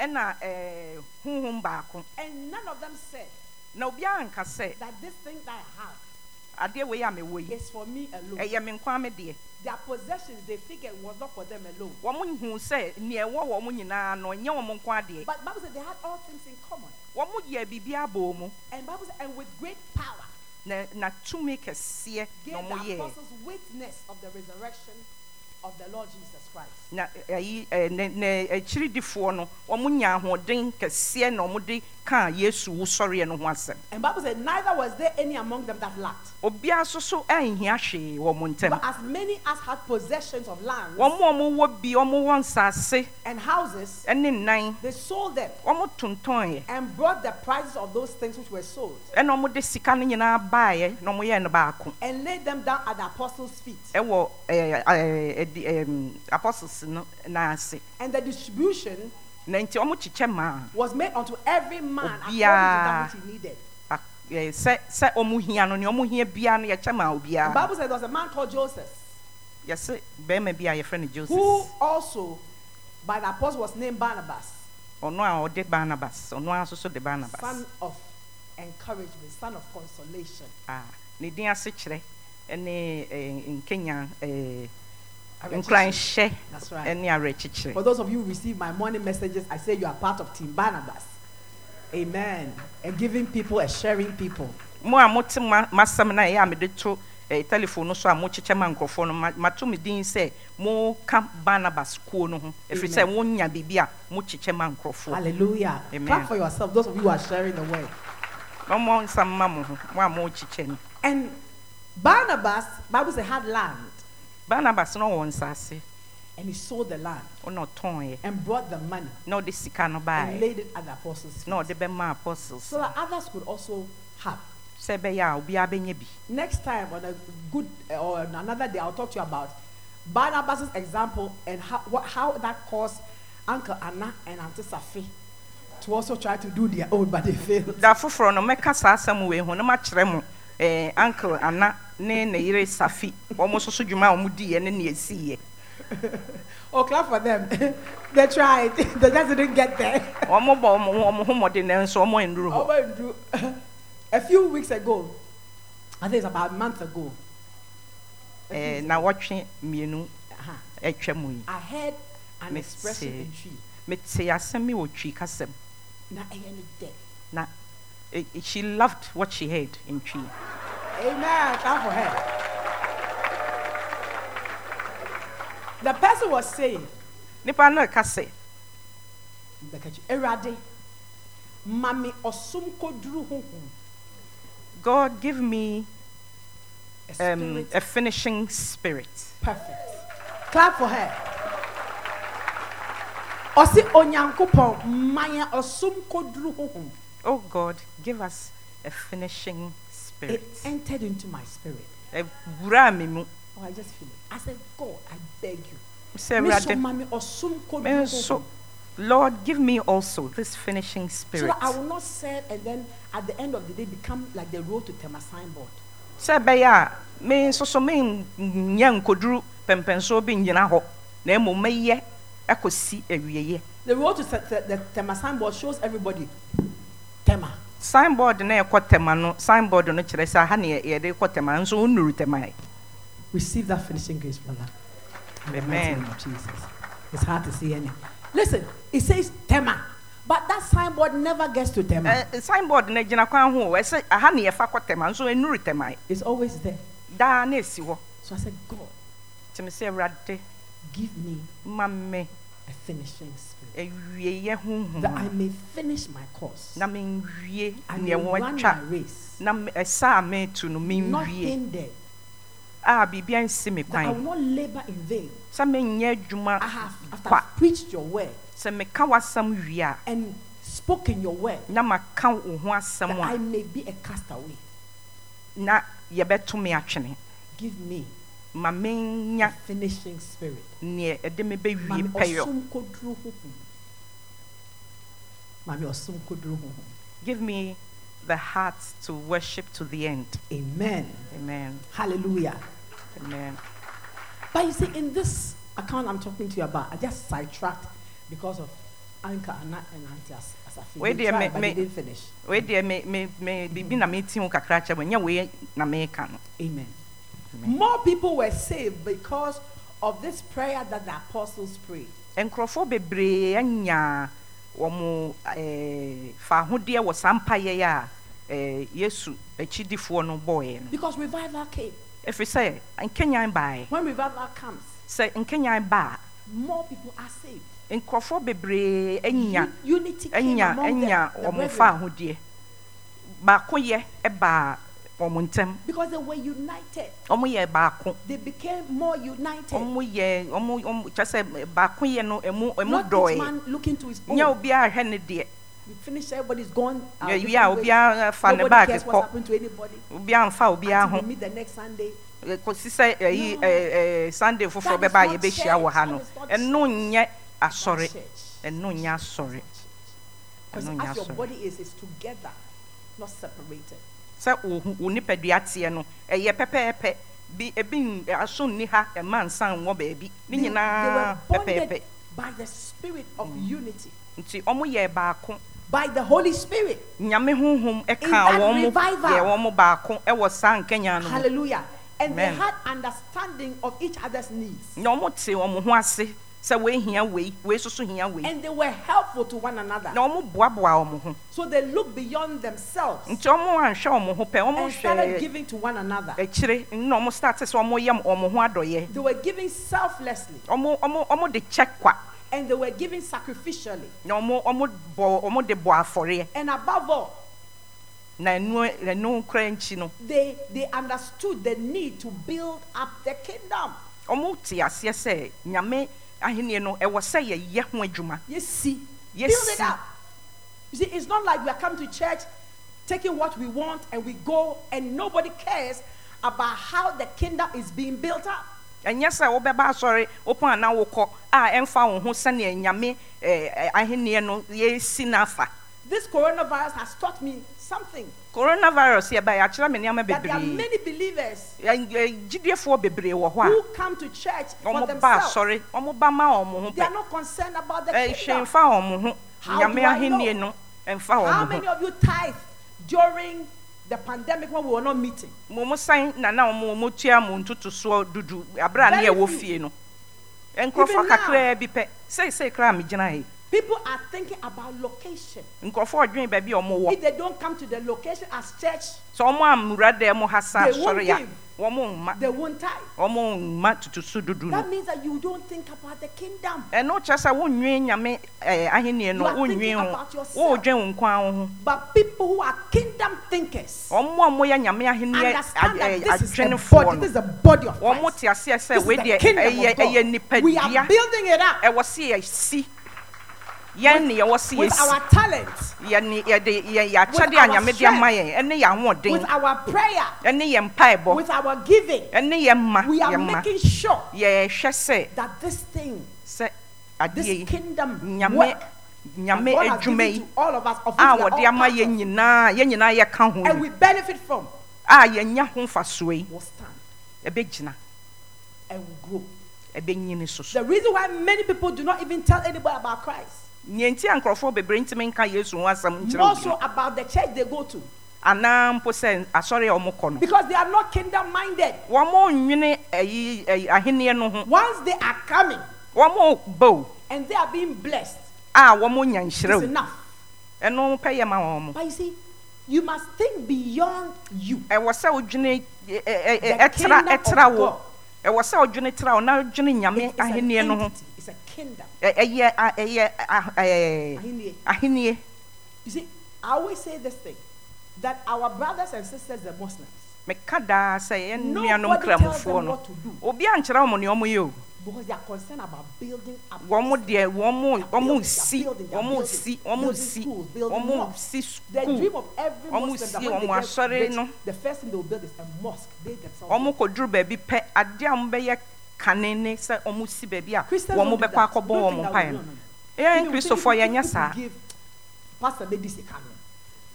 ɛna ɛɛ huhum baako And none of them said na obiara nka sɛ that this thing that I have adeɛ wei a mewɔ yi is for me alone. ɛyɛ me nko ara me deɛ their possessions they figured was not for them alone. wɔn hu sɛ nea ɛwɔ wɔn nyinaa no nyɛ wɔn nko adeɛ But Bible said they had all things in common. wɔn yɛ biribi abɔ mu And Bible said, and with great power na na tumi kɛseɛ gave na the wɔn yɛɛ. apostles witness of the resurrection of the Lord Jesus Christ. na ayi ɛ ne ne akyiridifoɔ no wɔn nya ahoɔden kɛseɛ na wɔde kaa yesu wosɔreɛ no ho asɛm And Bible said, neither was there any among them that lacked. obiara nso so ɛnhia hwee wɔ mo But ntam as many as had possessions of lands wɔn a wɔwɔ bi wɔn wɔ nsaase and houses, ɛne nan they sold them wɔn tontɔnɛ and brought the prices of those things which were sold ɛna wɔde sika no nyinaa baeɛ na wɔyɛɛ no baako and laid them down at the apostles' feet. ɛwɔ eh, ɛɛ ɛɛ ɛdi ɛɛm apostles no n'ase And the distribution na nti wɔn kyekyɛ maa was made unto every man according to Obiara. that which he needed. a ɛɛ sɛ sɛ wɔn hia no nea wɔn hia biara no yɛkyɛ maa The obiara Bible says there was a man called Joseph. yɛsɛ bɛrima bi a yɛfrɛ no who joseph. also by the apostle was named Barnabas, ɔno a ɔde barnabas ɔno a nso so de barnabas son of encouragement, son of consolation. a ne din ase kyerɛ ɛne eh, nkenya eh, Arechie. nkuranhyɛ That's right. ɛne awerɛkyekyerɛ For those of you who receive my morning messages, I say you are part of Team Barnabas. Amen. And giving people and sharing people. mo a mote ma- m'asɛm no a ɛyɛ a mede to eh, telephone no so a mokyekyɛ ma nkurɔfoɔ no ma- mato me din sɛ moka barnabas kuo no ho ɛfiri sɛ wonya biribi a mokyekyɛ ma nkurɔfoɔ Hallelujah. Oh. Amen. Clap for yourself, those of you who are sharing the word. na ɔmmɔ nsa mma mo ho mo a mokyekyɛ no And Barnabas, Bible says, had land barnabas no ɔwɔ nsaase and he sold the land ɔna ɔtɔnɛ and brought the money na ɔde sika no and baeɛ laid it at the apostles' feet na ɔde bɛma apostles so that others could also have. sɛ ɛbɛyɛ a obiara bɛnya bi Next time on a good eh, or on another day, I'll talk to you about Barnabas's example and how, what, how that caused Uncle Anna and Auntie Safi to also try to do their own, but they failed. da foforɔ no mɛka saa asɛm wei ho na makyerɛ mo eh, uncle ana ne ne yere safi wɔn nso so dwuma a wɔn diiɛ ne ne esiiɛ Oh, clap for them. *laughs* they tried, *laughs* they just didn't get there. wɔn bɔ wɔn ho wɔn ho mmɔden nanso wɔn nnuru hɔ Over and through. *laughs* a few weeks ago, I think it's about a month ago, Eh, na wɔtwe mmienu uh-huh, atwa mu yi I heard an Me expression see. in tree. mete asɛm yi wɔ twi kasɛm Na eh, ɛyɛ ne dɛ. na eh, eh, she loved what she heard in twi Amen. Clap for her. The person was saying, nipa no ɛka sɛ Bekachi, Erade, Mami Osum Kodru Hum. god give me A um, spirit a finishing spirit perfect. Clap for her. Osi Onyankopon, Maya Osum Kodru Hum. oh god give us a finishing It spirit entered into my spirit. ɛwura me mu Oh, I just feel it. I said, God, I beg you. sɛ Me so awurade Mami Osum Kodru me nso Hum. Lord, give me also this finishing So spirit. that I will not serve and then at the end of the day become like the road to Tema signboard. Sɛ ɛbɛyɛ a me nso so menyɛ nkoduru pɛmpɛnsoɔ bi nnyina hɔ na mmom mɛyɛ akɔsi awieeɛ. The road to se- te- the Tema signboard shows everybody Tema. Signboard na ɛkɔ tɛma no signboard no kyerɛ sɛ aha na yɛ- yɛde kɔ tɛma nso wonnuru tɛma ɛ. Receive that finishing grace, brother. In the mighty Amen. name of Jesus. It's hard to see any. Listen, it says Tema, but that signboard never gets to Tema. Ɛ, Eh, Signboard no gyina kwan ho o, ɛsɛ aha na yɛfa kɔ tɛma nso ɛnuru tɛma ɛ. it's always there. Daa na ɛsi hɔ. So I said, God, Nti mesɛ Awurade give me ma me a finishing spirit awieeɛ that I honhom may finish my course. na menwie I may neɛ run my wɔatwa race. na me- ɛsa a meetu no Not menwie hindered. a biribia Ah, nsi me That I will kwan not labor in vain. sɛ menyɛ adwuma I have after kwa I've preached your word sɛ meka w'asɛm wie a and spoken your word na maka wo ho that asɛm I a may be a castaway. na yɛbɛto me atwene Give me ma a menya finishing spirit. neɛ ɛde me bɛwie Mami pɛyɔ Osum Kodro Huhu. Mami Osum Kodro Huhu. give me the heart to worship to the end Amen. amen Hallelujah. amen But you see, in this account I'm talking to you about, I just sidetracked because of Anka Anna and Auntie As- Asafi. Wait they there, tried, me- but me- they didn't finish. wei deɛ me- me- me- biribi na meti ho kakra kyɛ wo ɛnyɛ wei na meka no Amen. More people were saved because of this prayer that the apostles prayed. nkurɔfoɔ bebree anya wɔn eh, faahodeɛ wɔ saa mpaeɛ yi a eh, yesu akyidifoɔ no bɔɔeɛ no Because revival came. ɛfiri sɛ nkanyan baeɛ When revival comes, sɛ nkanyan baa more people are saved. nkurɔfoɔ bebree anya U- unity came anya among them, anya the wɔn brethren, faahodeɛ baako yɛ ɛbaa wɔn ntam because they were united. wɔn yɛ baako They became more united. wɔn yɛ wɔn wɔn kyerɛ sɛ baako yɛ no ɛmu ɛmu Not each dɔɔɛ man Oh, looking to his own. nyɛ obiara hwɛ ne deɛ We finish, everybody's gone. uh, our Yɛ- different yɛ a ways. obiara fa ne Nobody baage cares what's kɔ happened to anybody. obiara mfa obiara Until ho we meet the next Sunday. Eh, kɔsi sɛ ɛyi ɛɛ sunday foforɔ That is bɛba a not yɛbɛhyia wɔ ha church. no That is ɛno not nyɛ asɔre Church. ɛno nyɛ asɔre Because Ɛno nyɛ as your asɔre. body is, it's together, not separated. sɛ wo hu- wo nipadua teɛ no ɛyɛ pɛpɛɛpɛ bi ebi n- aso nni ha ɛma nsa nwɔ baabi ne They- they were nyinaa pɛpɛɛpɛ bonded by the spirit of unity, nti ɔmo yɛ baako by the Holy Spirit. nyame honhom In ɛka that wɔn mo revival. yɛ wɔn mo baako ɛwɔ saa nkanya no mu Hallelujah. And Amen. Mm. they had understanding of each other's needs. na ɔmo te wɔn ho ase sɛ wei hia wei wei soso hia wei And they were helpful to one another. na ɔmo boaboa wɔn ho So they looked beyond themselves nti ɔmo anhwɛ wɔn ho pɛ ɔmo and started hwɛ giving to one another. akyire na ɔmo start sɛ ɔmo yɛ ɔmo ho adɔyɛ They were giving selflessly ɔmo ɔmo ɔmo de kyɛ kwa and they were giving sacrificially. na ɔmo ɔmo bɔ ɔmo de bɔ afɔreɛ And above all, na ɛnu ɛnu kura nkyi no they, they understood the need to build up the kingdom. ɔmo te aseɛ sɛ nyame ahenni no ɛwɔ sɛ yɛyɛ ho adwuma You see, Yes, build it see. up. You see, it's not like we are come to church taking what we want and we go and nobody cares about how the kingdom is being built up. ɛnyɛ sɛ wobɛba asɔre wopɔn ana wokɔ a ɛmfa wo ho sɛnea nyame ɛɛ ahenni no yɛsi n'afa This coronavirus has taught me something coronavirus yɛba yɛakyerɛ me nneɛma that there are bebree many believers Ɛn- ɛ- gyidiefoɔ bebree wɔ hɔ who come to church a for ɔmo ba themselves. asɔre ɔmo ba ma wɔn ho They pɛ are not *laughs* concerned about the ɛhwɛ kingdom. Eh, mfa wɔn ho How nyame do I ahenni know? no ɛmfa How wɔn many ho of you tithe during the pandemic when we were not meeting? mo mo san na na mo mo tua mo ntotosoɔ dudu abira ne Very yɛwɔ few. fie no nkurɔfoɔ Even now. kakra bi pɛ seesei kora me gyina yi People are thinking about location. nkurɔfoɔ ɔdwen baabi a ɔmo wɔ If they don't come to the location as church, sɛ ɔmo amura dɛ mo ha saa They won't sɔre a give. ɔmo mma they won't tithe. ɔmo mma totoso dudu no That means that you don't think about the kingdom. ɛno kyerɛ sɛ wonwie nyame ɛɛ ahenni no You are wonwie thinking ho about yourself. wodwen wo nko ara wo ho But people who are kingdom thinkers ɔmo a moyɛ nyame ahenni understand that ɛ- ɛ- this is a adwenefoɔ body. This no is a body of ɔmo Christ. te aseɛ This sɛ is the wei deɛ kingdom ɛyɛ ɛyɛ of God. We are nipadua building it up ɛwɔ se yɛsi yɛn ne yɛwɔ se with yɛsi our talents, yɛne yɛde yɛ yɛakyɛde With a our nyame de strength. ama yɛn ɛne yɛ with ahoɔden our prayer, ɛne yɛ mpaebɔ with our giving. ɛne yɛ mma We yɛ are mma making sure yɛhwɛ sɛ that this thing sɛ adeɛ this yi kingdom nyame work that nyame Ah, God has adwuma given yi to all of us, of a which we wɔde are all ama part yɛn of, nyinaa yɛn nyinaa yɛka ho and yi we benefit from, a yɛnya ho mfasoɔ yi will stand ɛbɛgyina and will grow. ɛbɛnyini soso The reason why many people do not even tell anybody about Christ, nea nti a nkurɔfoɔ bebree ntumi nka yesu ho asɛm nkyerɛ more obi so no, about the church they go to, anaa mpo sɛ asɔre a wɔkɔ no because they are not kingdom minded. wɔn nnwene ayi ayi ahenneɛ no ho Once they are coming wɔn ba o and they are being blessed, a wɔn nya nhyerɛ it's o enough. ɛno pɛ yɛ ma wɔn But you see, you must think beyond you. ɛwɔ sɛ odwene ɛ- ɛ- ɛ- The ɛtra kingdom of ɛtra wo God. ɛwɔ sɛ odwene tra wo na odwene nyame It is an ahenneɛ no ho entity, It's a kingdom. Ɛ- ɛyɛ a- ɛyɛ a- ɛɛ, Ahennie. ahenneɛ You see, I always say this thing that our brothers and sisters, the Muslims, meka daa sɛ yɛn nuanom nobody tells kramofoɔ them no what to do obi ankyerɛ wɔn nea wɔyɛ o because they are concerned about building up. wɔn this. deɛ wɔn They're building, wɔn they're si building, they're wɔn building. si wɔn Building si schools, building wɔn mosques. si The dream sukuu of every Ọmọ Muslim that sie, when they ọmọ get asọre rich, no. the first thing they will build is a mosque. They themselves. wɔn kɔduru baabi pɛ adeɛ a wɔn bɛyɛ kane ne sɛ wɔn si baabi a Christians wɔn don't do bɛkɔ that. akɔbɔ Don't think wɔn that mpae we no don't know. yɛn Even if- kristofoɔ even if yɛnyɛ you saa give Pastor Lady Sikano.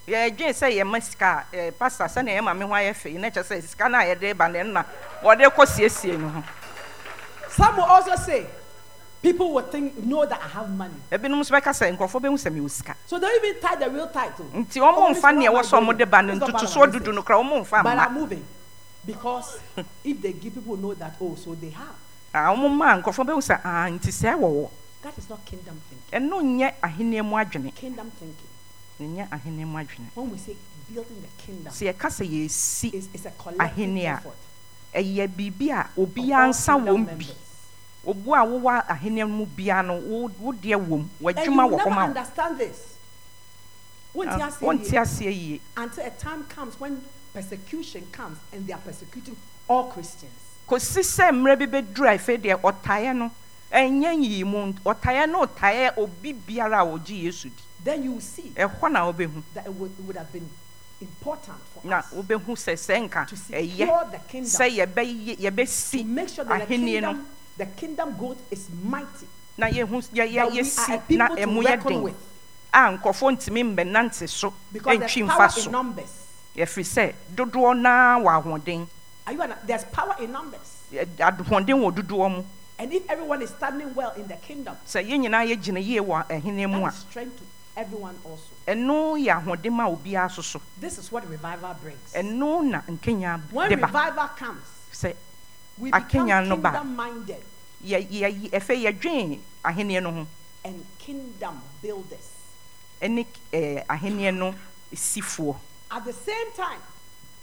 yɛdwen sɛ yɛma sika a, eh, pastor sɛnea yɛma me ho ayɛ fɛ yi na kyerɛ sɛ sika no a yɛde ba no ɛno na wɔde kɔ siesie no ho Some will also say, people will think, know that I have money. ebinom nso bɛka sɛ nkurɔfoɔ bɛhu sɛ mewɔ sika So don't even tie the real title. nti wɔn Only mfa neɛ one ɛwɔ I sɛ do. wɔn de ba no It's not part of ntotosoɔ my dudu message. no koraa wɔn mfa But I'm mma moving. Because if they give people know that, oh, so they have. a wɔn mma a nkurɔfoɔ bɛhu sɛ aa ah, nti sɛ wɔwɔ That is not kingdom thinking. ɛno nyɛ ahenneɛ mu adwene Kingdom thinking. nyɛ ahenneɛ mu adwene When we say building the kingdom, sɛ yɛka sɛ yɛsi it's, it's a collective Ahenea. effort. ɛyɛ biribi a of obiara all nsa kingdom wɔm bi members. obu a wowɔ ahenneɛ no mu biara no wo wo deɛ wɔm And you will w'adwuma wɔ Ah, never hɔ ma understand this. Won't you ask wo wɔnte me? aseɛ yie Until a time comes when persecution comes and they are persecuting all Christians. kòsi sɛ mmerɛ bi bɛduru a efe deɛ ɔtaeɛ no ɛnyɛ yie mu nt- ɔtaeɛ no ɔtaeɛ obi biara a ɔgye yesu di Then you will see ɛhɔ na wobɛhu that it would, it would have been important for na us wobɛhu sɛ sɛ nka to ɛyɛ secure the kingdom, sɛ yɛbɛyɛ to yɛbɛsi make sure that the ahenni no. kingdom, the kingdom growth is mighty. na yɛhu s- that yɛyɛ we are a yɛsi na people to ɛmu yɛ reckon den with. a nkurɔfoɔ ntumi mmɛnante so Because ɛntwi there's mfa power in so numbers. ɛfiri sɛ dodoɔ naa wɔ ahoɔden Are you? An, there's power in numbers. Ɛ- ahoɔden wɔ dodoɔ mu And if everyone is standing well in the kingdom, sɛ yɛn nyinaa yɛgyina yie wɔ ahenni mu that a is strength to everyone also. ɛno yɛ ahoɔden a obiara soso This is what revival brings. ɛno na nkenya when de ba revival comes, sɛ we A become Kenyan no ba. kingdom-minded yɛ yɛ ɛfɛ yɛdwen ahenneɛ no ho and kingdom builders. ɛne ɛɛ ahenneɛ no sifoɔ At the same time,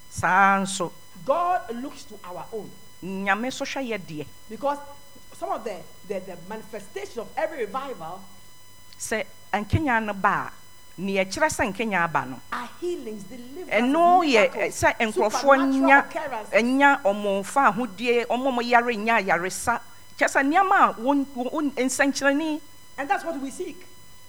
saa nso God looks to our own nyame so hwɛ yɛ deɛ because some of the, the, the manifestations of every revival sɛ nkenya no ba a nea ɛkyerɛ sɛ nkenya ba no are healings, deliverance, ɛno yɛ ɛ- miracles, sɛ eh, nkurɔfoɔ supernatural nya occurrences. ɛnya ɔmɔmfa ahodie ɔmɔmɔ yare nya yaresa kyɛ sɛ nneɛma a wɔn wɔn nsɛnkyerɛni And that's what we seek.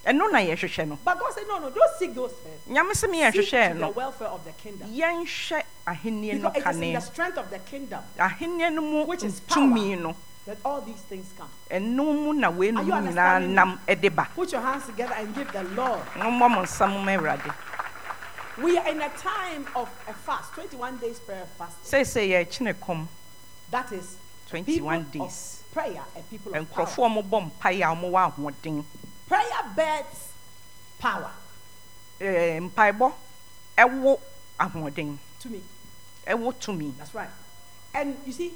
ɛno na yɛhwehwɛ no But God said, no, no, don't seek those first. nyame sɛ mi Seek to yɛhwehwɛ the no welfare of the kingdom. yɛnhwɛ ahenneɛ no Because it is in the kane strength of the kingdom ahenneɛ no mu Which is tumi no that all these things come. ɛno mu na Are wɔanum you nyinaa understanding nam ɛde ba Put your hands together and give the Lord. nommɔ mo nsa mma awurade We are in a time of a fast, 21 days prayer fast. seesei yɛkyene kɔm That is 21 people of days. prayer and people of power. nkurɔfoɔ a mobɔ mpaeɛ a mowɔ ahoɔden Prayer beds power Eh, mpaebɔ ɛwo ahoɔden to me. ɛwo tumi That's right. And you see,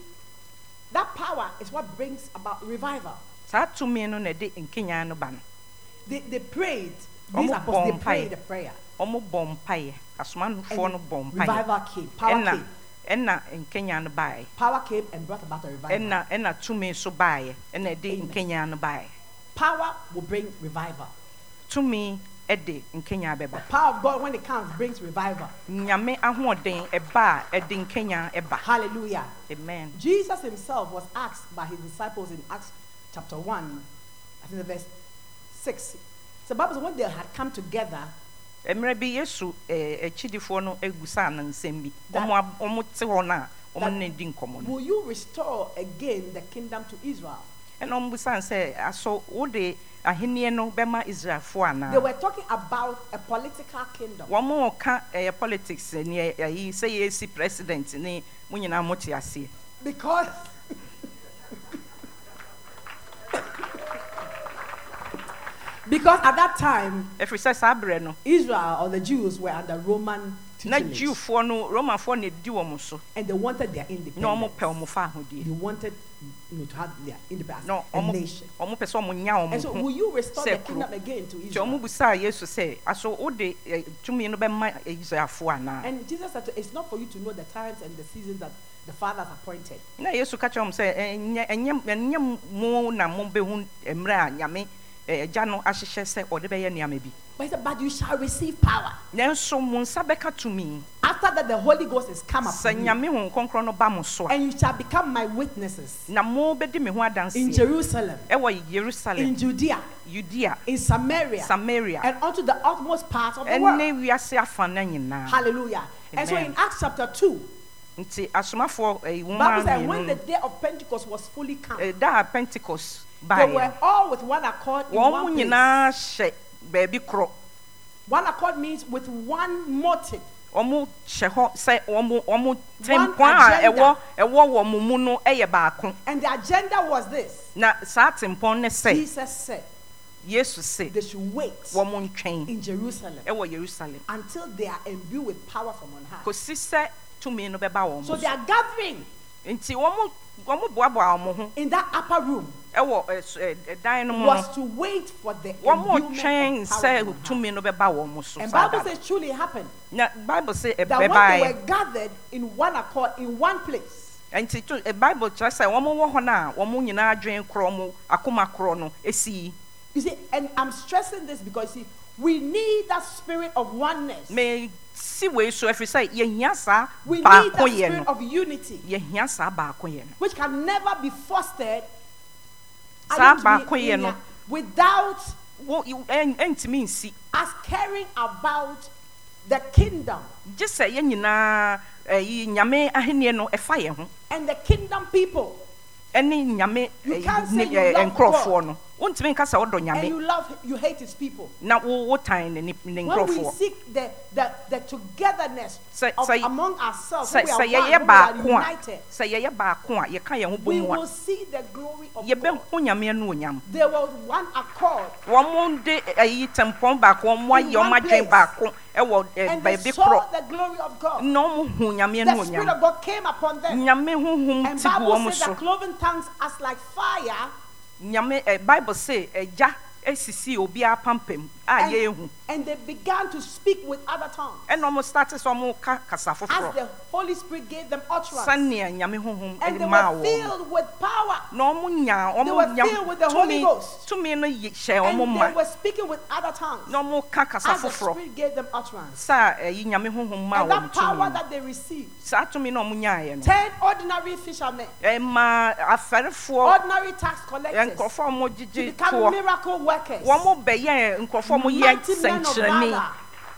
that power is what brings about revival. saa tumi no na ɛde nkenyaa no ba no They, they prayed. These Ọmọ apostles, they bọ prayed mpaeɛ. the prayer. ɔmobɔ mpaeɛ asomanofoɔ no bɔ And mpaeɛ revival came. Power ɛna came. ɛna nkenyaa no baeɛ Power came and brought about a revival. ɛna ɛna tumi so baeɛ ɛna ɛde Amen. nkenyaa no baeɛ Power will bring revival. tumi ɛde nkenya The bɛba power of God, when it comes, brings revival. nyame ahoɔden ɛba a ɛde nkenya ɛba Hallelujah. amen Jesus himself was asked by his disciples in Acts chapter 1, I think the verse 6. So Bible says when they had come together, mmerɛ bi yesu eh, akyidifoɔ no agu saa no nsɛm bi That- ɔmo ab- ɔmo te hɔ no a ɔmo that- ne di nkɔmmɔ no will you restore again the kingdom to Israel? ɛna ɔmbusa sɛ asɔ wode ahenni no bɛma israelfoɔ They anaa were talking about a political kingdom. wɔn mo ka ɛyɛ eh, politics eh, ne ɛ- ɛyi sɛ yɛsi president ne mo nyinaa mote aseɛ Because *laughs* because at that time ɛfiri sɛ saa berɛ no Israel or the Jews were under Roman na tutelage, jiwfoɔ no romafoɔ na ɛdi wɔn so and they wanted their na ɔmo independence. pɛ ɔmo fa ahodie They wanted you know, to have their independence, na a ɔmo nation. ɔmo pɛ sɛ ɔmo nya And so, ɔmo will ho you restore sɛ the kuro. kingdom again to nti ɔmo Israel? busaa yesu sɛ asɔ wode ɛ, tumi no bɛma israelfoɔ anaa And Jesus said, to- "It's not for you to know the times and the seasons that the Father has appointed." na yesu ka kyerɛ wɔn sɛ ɛnyɛ ɛnyɛ ɛnyɛ mo na mo bɛhu eh, mmerɛ eh, a nyame ɛ, agya no ahyehyɛ sɛ ɔde bɛyɛ nneɛma bi But he said, "But you shall receive power nanso mo nsa bɛka tumi after that. The Holy Ghost is come sɛ upon you, nyame ho nkɔnkorɔ no ba mo so a and you shall become my witnesses na mo bɛdi me ho in adanseɛ Jerusalem, ɛwɔ in yerusalem Judea, yudea in Samaria, samaria and unto the utmost part of the world." ɛne wiase afa no nyinaa Hallelujah. And so Amen. in Acts chapter 2, nti eh, asomafoɔ ɛyi wɔn Bible ara said when the mmienu day of Pentecost was fully come, no, ɛda a Eh, pentecost they were baeɛ all with one accord in wɔn one mo place. nyinaa hyɛ baabi korɔ One accord means with one motive. wɔn hyɛ hɔ sɛ wɔn wɔn One tempɔn a agenda. ɛwɔ ɛwɔ wɔn mu no ɛyɛ baako And the agenda was this. na saa tempɔn ne sɛ Jesus said yesu se they should wait wɔn ntwɛn in Jerusalem ɛwɔ yerusalem until they are imbued with power from on high. kòsi sɛ tumi no bɛba wɔn So so they are gathering nti wɔn wɔn boaboa wɔn ho in that upper room ɛwɔ eh, ɛs- ɛ- ɛdan no mu no was to wait for the wɔn imbuement twɛn of power sɛ from on high. tumi no bɛba wɔn so And saa Bible da no. says truly it happened na bible eh, sɛ that when they ɛbɛbaeɛ were gathered in one accord in one place, nti to ɛ- bible kyerɛ sɛ wɔn wɔ hɔ no a wɔn nyinaa adwen korɔ wɔn akoma korɔ no esi you see, and I'm stressing this because you see, we need that spirit of oneness. mɛ si wei so ɛfiri sɛ yɛhia saa we need that baako yɛ spirit no of unity, yɛhia saa baako yɛ no which can never be fostered Saa ayɛ tumi baako yɛ nya no. without wo iw- ɛn- ɛntumi nsi us caring about the kingdom gye sɛ yɛn nyinaa ɛyi nyame ahenni no ɛfa yɛn ho and the kingdom people, ɛne nyame You ɛyi, can't ne- say you ɛ- love nkurɔfoɔ no wontumi nka sɛ wodɔ and nyame you love, you hate his people. na wo wotan ne nip- ne When we nkurɔfoɔ seek the, the, the togetherness Sɛ- of, sɛ- among ourselves, sɛ when we sɛ are one, yɛyɛ when we baako are a united, sɛ yɛyɛ baako a yɛka yɛn ho we bɔ mu will a see the glory of God. yɛbɛhu nyame no onyam There was one accord, wɔn de ɛyi tɛmpɔn eh, baako wɔn In ayɛ one wɔn adwen place. baako ɛwɔ ɛ, and they baabi saw korɔ the glory of God. na wɔn hu nyame The no Spirit onyam of God came upon them. nyame honhom And ti gu Bible wɔn says so that cloven tongues as like fire nyame ɛ bible se ɛgya esisi obiara pampam a and, yɛehu and they began to speak with other tongues ɛna wɔn start sɛ wɔn ka kasa as foforɔ the Holy Spirit gave them utterance. sɛnea nyame honhom and they ɛde maa were wɔn filled with power na wɔn nya They wɔn were nya filled with the Holy tumi Ghost. tumi no yɛ- hyɛ wɔn and they ma were speaking with other tongues na wɔn ka kasa as the foforɔ Spirit gave them utterance. saa ɛyi nyame honhom maa And wɔn that power tumi no. that they received saa tumi na wɔn nyaeɛ no ten ordinary fishermen, ɛma afɛrefoɔ eh, ordinary tax collectors, to nkurɔfoɔ a wɔn gyegye become toɔ miracle workers, wɔn mo bɛyɛ nkurɔfoɔ a wɔn yɛ Mighty men of nsɛnkyerɛnne valor.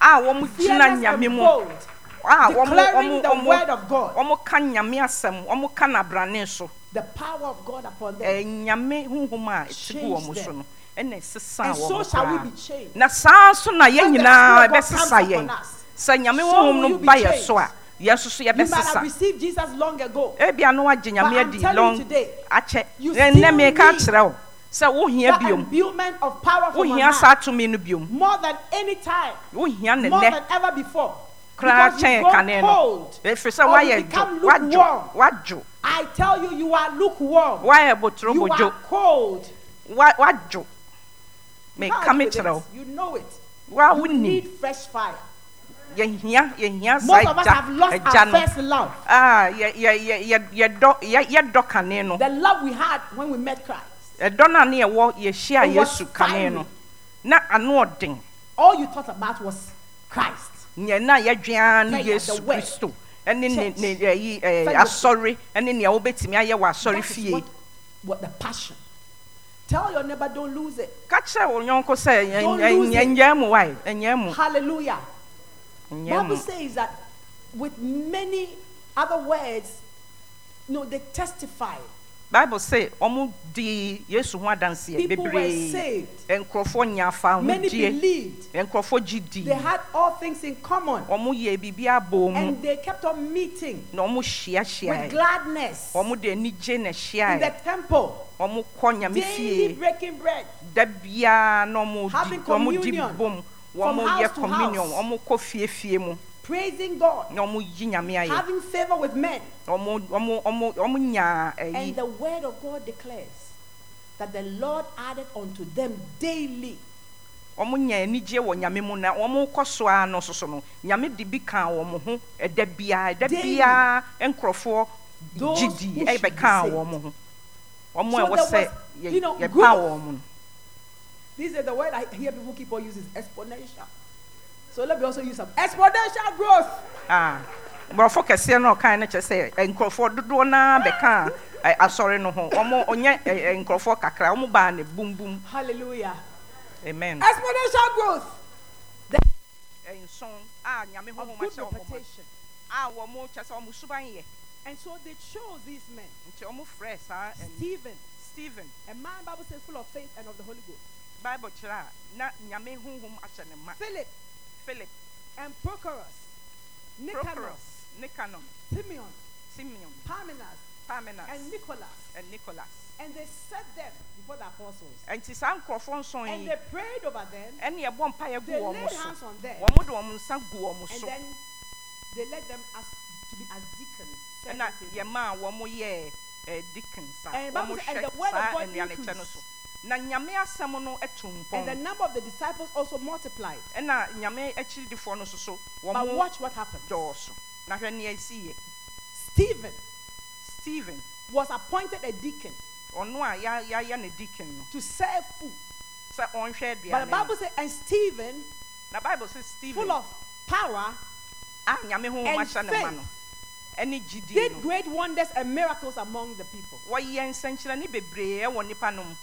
a wɔn gyina fearless nyame and mu bold, a declaring wɔn the word of God, wɔn ka nyame asɛm wɔn ka n'abrane so the power of God upon them. ɛɛ nyame huhum a ɛte gu Change wɔn so them. no ɛna ɛsesa And so wɔn shall we koraa be changed. na saa so na yɛn When the nyinaa Spirit of God bɛsesa comes yɛn upon us, sɛ nyame so huhum will no you be ba yɛn changed. so a yɛn nso so You might have yɛbɛsesa received Jesus long ago. ebia no wagye nyame I'm adi telling you lɔn today, akyɛ you ɛnɛ still meka need kyerɛ wo sɛ wohia That biom imbuement of power from on wohia high, saa tumi no biom more than any time. wohia more nenɛ than ever before. koraa Because kyɛn you've grown kane no Eh, cold. ɛfiri sɛ or you woayɛ become dwo wadwo lukewarm. wadwo I tell you, you are lukewarm. woayɛ botoro You bodwo are cold. Wa- wadwo Can't meka me do kyerɛ this. wo You know it. woa You need wonim fresh fire. yɛhia yɛhia saa Most of us have agya lost agya our no first love. Ah, yɛ- yɛ- yɛ- yɛ- yɛdɔ yɛ- yɛdɔ kane no The love we had when we met Christ. ɛdɔ no a ne yɛwɔ yɛhyia It was yesu kane no fiery. na ano ɔden All you thought about was Christ. nyɛ na yɛdwea no Na yɛ the yesu word. kristo ɛne ne Church. ne ɛyi ɛɛ Fellowship. asɔre ɛne nea wobɛtumi ayɛ wɔ That asɔre is fie what, what the passion. Tell your neighbor, don't lose it. ka kyerɛ wo yɔnko sɛ Don't lose it. ɛnyɛ mu wae ɛnyɛ mu Hallelujah. ɛnyɛ Bible mu says that with many other words, no, they testify bible say ɔmo di yesu ho adanseɛ People were bebree saved. nkurɔfoɔ nya Many afahodie believed. nkurɔfoɔ gyi di They had all things in common. ɔmo yɛ biribi abɔ mu And they kept on meeting na ɔmo with hyiahyia gladness ɔmo de anigye na in the hyia temple, ɔmo kɔ nyame daily fie breaking bread. da biara na ɔmo di Having ɔmo di communion bom from ɔmo yɛ house to communion house. ɔmo kɔ fiefie mu praising God, na ɔmo yi nyame ayɛ having favor with men. ɔmo ɔmo ɔmo ɔmo nya And ayi the word of God declares that the Lord added unto them daily. ɔmo nya anigye wɔ nyame mu na ɔmo kɔ so ara no soso no nyame de bi kaa wɔn ho ɛda biara ɛda Daily. biara nkurɔfoɔ Those gyi who di should be ɛbɛkaa saved. wɔn ho ɔmo So a ɛwɔ there sɛ was, you know, yɛ yɛpa growth. wɔn no This is the word I hear people keep on using exponential. So let me also use some exponential growth. ah borɔfo kɛseɛ no a ɔkae no kyerɛ sɛ eh, nkurɔfoɔ dodoɔ naa bɛkaa eh, asɔre no ho ɔmo ɔnyɛ eh, eh, nkurɔfoɔ kakra ɔmo baa ne bumbum Hallelujah. amen Exponential growth. Eh, nson a nyame Of honhom good ahyɛ wɔn ma reputation. a wɔmo kyerɛ sɛ ɔmo suban yɛ And so they chose these men. nti ɔmo frɛ saa eh, Stephen, stephen a man Bible says full of faith and of the Holy Ghost. bible kyerɛ a na nyame honhom ahyɛ ne ma Philip philip and Prochorus, Nicanor, prochorus nicanon Simeon, simeon Parmenas, and parmenas Nicholas. and nicholas And they set them before the apostles. nti saa nkurɔfoɔ nson And yi they prayed over them. ɛne ɛbɔ mpaeɛ gu They wɔn laid so hands on them. wɔn de wɔn nsa gu wɔn And so then they led them as to be as deacons. ɛna serving tables. yɛmaa wɔn yɛ dikinsa And Bible wɔn said, and the ah. hwɛ word of saa God nnuanekyɛ no so na nyame asɛm no ɛto And the mpɔn number of the disciples also multiplied. ɛna nyame akyiridifoɔ no soso But wɔn watch what happened. dɔɔso na hwɛ nea esi yɛ Stephen stephen was appointed a deacon ɔno a ya- yɛayɛ ne dikin no to serve food. sɛ ɔnhwɛ But aduane the Bible no. says, and Stephen, na bible sɛ stephen full of power, a nyame ho and ahyɛ ne ma faith no ɛne gyidie did no great wonders and miracles among the people. wɔyɛ nsɛnkyerɛnne bebree ɛwɔ nipa no mu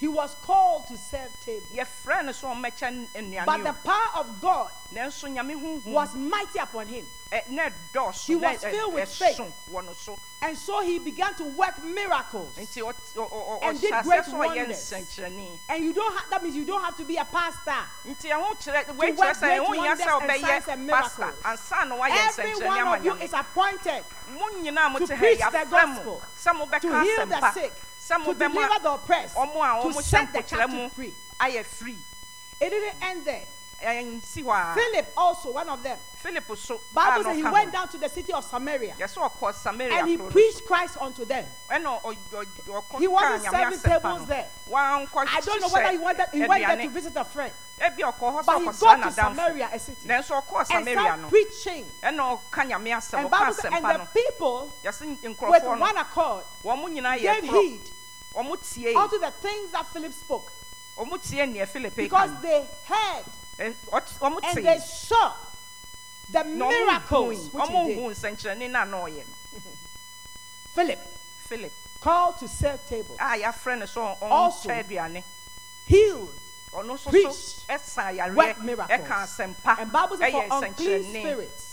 He was called to serve tables. yɛfrɛ no sɛ ɔmmɛkyɛ But the nnuane power of God o nanso nyame honhom was mighty upon him. ɛ- Eh, na He ɛdɔɔso na was ɛ- filled with ɛ- faith. ɛso wɔ no so And so he began to work miracles. nti ɔt- ɔ- ɔ- ɔ- And did ɔhyɛ aseɛ great sɛ ɔyɛ wonders. nsɛnkyerɛnne And you don't have that means you don't have to be a pastor. nti ɛho kyerɛ wei kyerɛ work sɛ great ɛho hia wonders sɛ and signs ɔbɛyɛ and pasta miracles. ansa na woayɛ Every nsɛnkyerɛnne one ama of you is nyame appointed mo nyinaa mo to te ha preach yi, the yɛafrɛ mo gospel, sɛ to mobɛka heal the asɛmpa sick, sɛ to deliver the mobɛma oppressed, ɔmo a to ɔmo hyɛ set the mpokyerɛ captive mu free. ayɛ firi It didn't end there. ɛnsi hɔ a Philip also, one of them. philip so Bible says he went down to the city of Samaria yɛsɛ ɔkɔ samaria and he kuro no preached Christ unto them. ɛna ɔkɔ He wasn't serving tables there. I don't know whether he went there, he went there to wankɔhyehyɛ visit a friend, ebi ɔkɔ hɔ but he sɛ ɔkɔsra got to nadamfo Samaria, a city, and nanso ɔkɔɔ samaria started no preaching. ɛna ɔka nyame asɛm And ɔka Bible says, and asɛmpa the no people yɛse with nkurɔfoɔ one no accord wɔn mo nyinaa yɛ gave korɔ heed wɔn unto tie the things that Philip spoke wɔn tie nea philippe because ka Eh, they heard wɔn and they tie saw the na ɔmo miracles which he hu did. nsɛnkyerɛnne na na ɔyɛ no Philip philip called to serve table, a yɛafrɛ no sɛ Also, ɔnkyɛ aduane healed. ɔno nso preached, so ɛsa yareɛ worked miracles. ɛka asɛmpa And Bible says for ɛyɛ unclean nsɛnkyerɛnne spirits.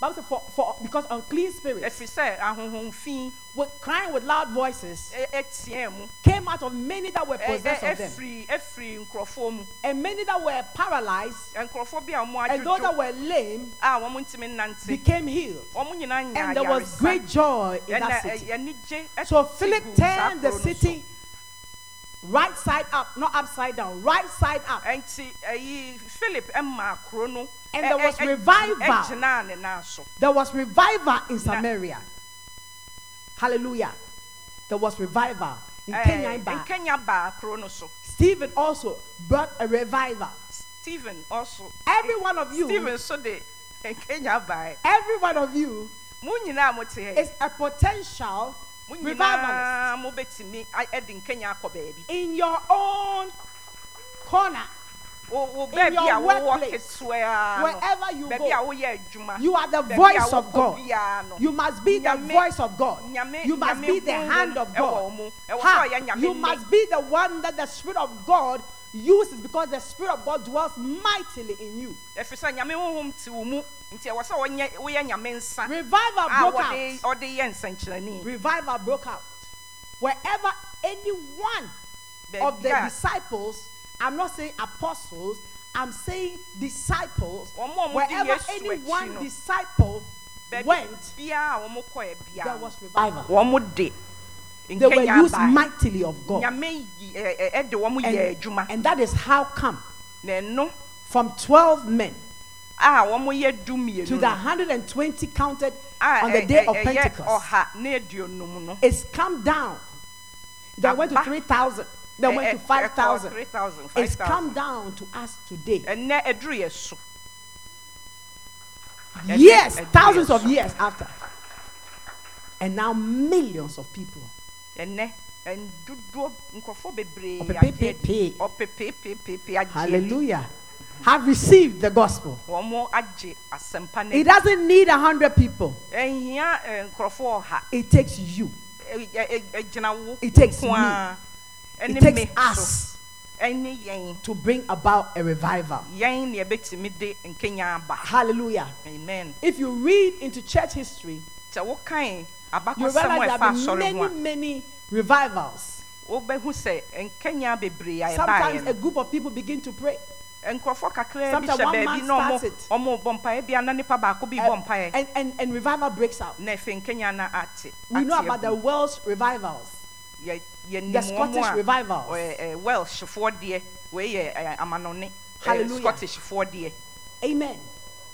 Bible says for, for because unclean spirits ɛfiri sɛ ahonhomfi were crying with loud voices ɛ- ɛteɛ e, mu e, came out of many that were ɛ- possessed ɛ- of them, ɛfiri ɛfiri nkurɔfoɔ mu and many that were paralyzed, nkurɔfoɔ bi a wɔn and those that adwodwo were lame a wɔn ntumi nante became healed. wɔn nyinaa nya And there was great joy in ɛna that city. ɛ- anigye ɛte So Philip gu saa turned the kuro no city right side up, not upside down, right side up. so. Enti, ɛyi philip ɛmaa kuro no eh, And ɛ- there ɛ- was ɛ- revival. ɛgyinaa ne nan so There was revival in Samaria. Hallelujah. There was revival in Ɛɛ, Kenya. and Eh, in Ba- kenya baa kuro no so Stephen also brought a revival. stephen also Every one of you, stephen so de ɛ, kenya baa every one of you mo nyinaa mo te ha is a potential mo revivalist nyinaa mo bɛtumi a- ɛde nkenya akɔ baabi in your own corner. wo wo In baabi your a wowɔ workplace, ketewa no wherever you baabi a go, woyɛ adwuma You are the baabi a voice of wokɔ God. biara no, You must be the Nyame- voice of God. Nyame- You must Nyame be the honhom hand of ɛwɔ God. wo mu. Ɛwɔ Ha, sɛ ɔyɛ Nyame You nne. must be the one that the Spirit of God uses because the Spirit of God dwells mightily in you. ɛfiri sɛ nyame honhom te wo mu nti ɛwɔ sɛ wɔnyɛ- woyɛ nyame nsa Revival a broke wɔde out. ɔde yɛ nsɛnkyerɛnne Revival broke out. wherever anyone of the Baabi a- disciples, I'm not saying apostles, I'm saying disciples, Wɔn a wɔdi wherever Yesu akyi any one no. disciple went, biara a wɔn kɔɛ there biara was revival. wɔn de They were used abae. mightily of God. nyame yi ɛ- ɛ- ɛde wɔn yɛ And, adwuma and that is how come na ɛno from 12 men a wɔn yɛ du mmienu to the no, 120 counted a on the ɛ- day ɛ- of ɛyɛ Pentecost. ɔha eh, ne aduonum no It's come down. They went to Aba. 3,000. They ɛ- went to ɛ- ɛkɔɔ 5,000. 3,000, It's 5,000. come down to us today. ɛnɛ ɛduru yɛ so Ɛ- Years, ɛ- ɛduru yɛ thousands of so. years after. And now millions of people. ɛnɛ ndodoɔ nkurɔfoɔ bebree Ɔpepepepe. ɔpepepepepe agye di Hallelujah. Have received the gospel. wɔn agye asɛmpa no It adi. doesn't need a hundred people. ɛhia ɛ, eh, nkurɔfoɔ ɔha Eh, It takes you. Ɛ- ɛ- ɛ- ɛgyina wo It takes nko ara. It Ɛne me takes so. us ɛne yɛn to bring about a revival. yɛn ne yɛbɛtumi de nkenya aba Hallelujah. amen If you read into church history, sɛ wokae you abakɔsɛm a realize there ɛfa have asɔre been ho a many, many revivals. wobɛhu sɛ nkenya bebree a Sometimes a yɛbaeɛ group of people begin to pray. no nkurɔfoɔ kakraa bi sometimes hyɛ one baabi man na ɔmo starts it. Eh, ɔmo bɔ mpaeɛ bi a na nipa baako bi bɔ And, mpaeɛ and, and, and revival breaks out. na afei nkenya no ate We know about the agu. Welsh revivals. Yɛ- yɛnim the wɔn Scottish a revivals. ɔyɛ, eh, welshfoɔ deɛ wei yɛ eh, amanɔne eh, Hallelujah. scottishfoɔ deɛ Amen.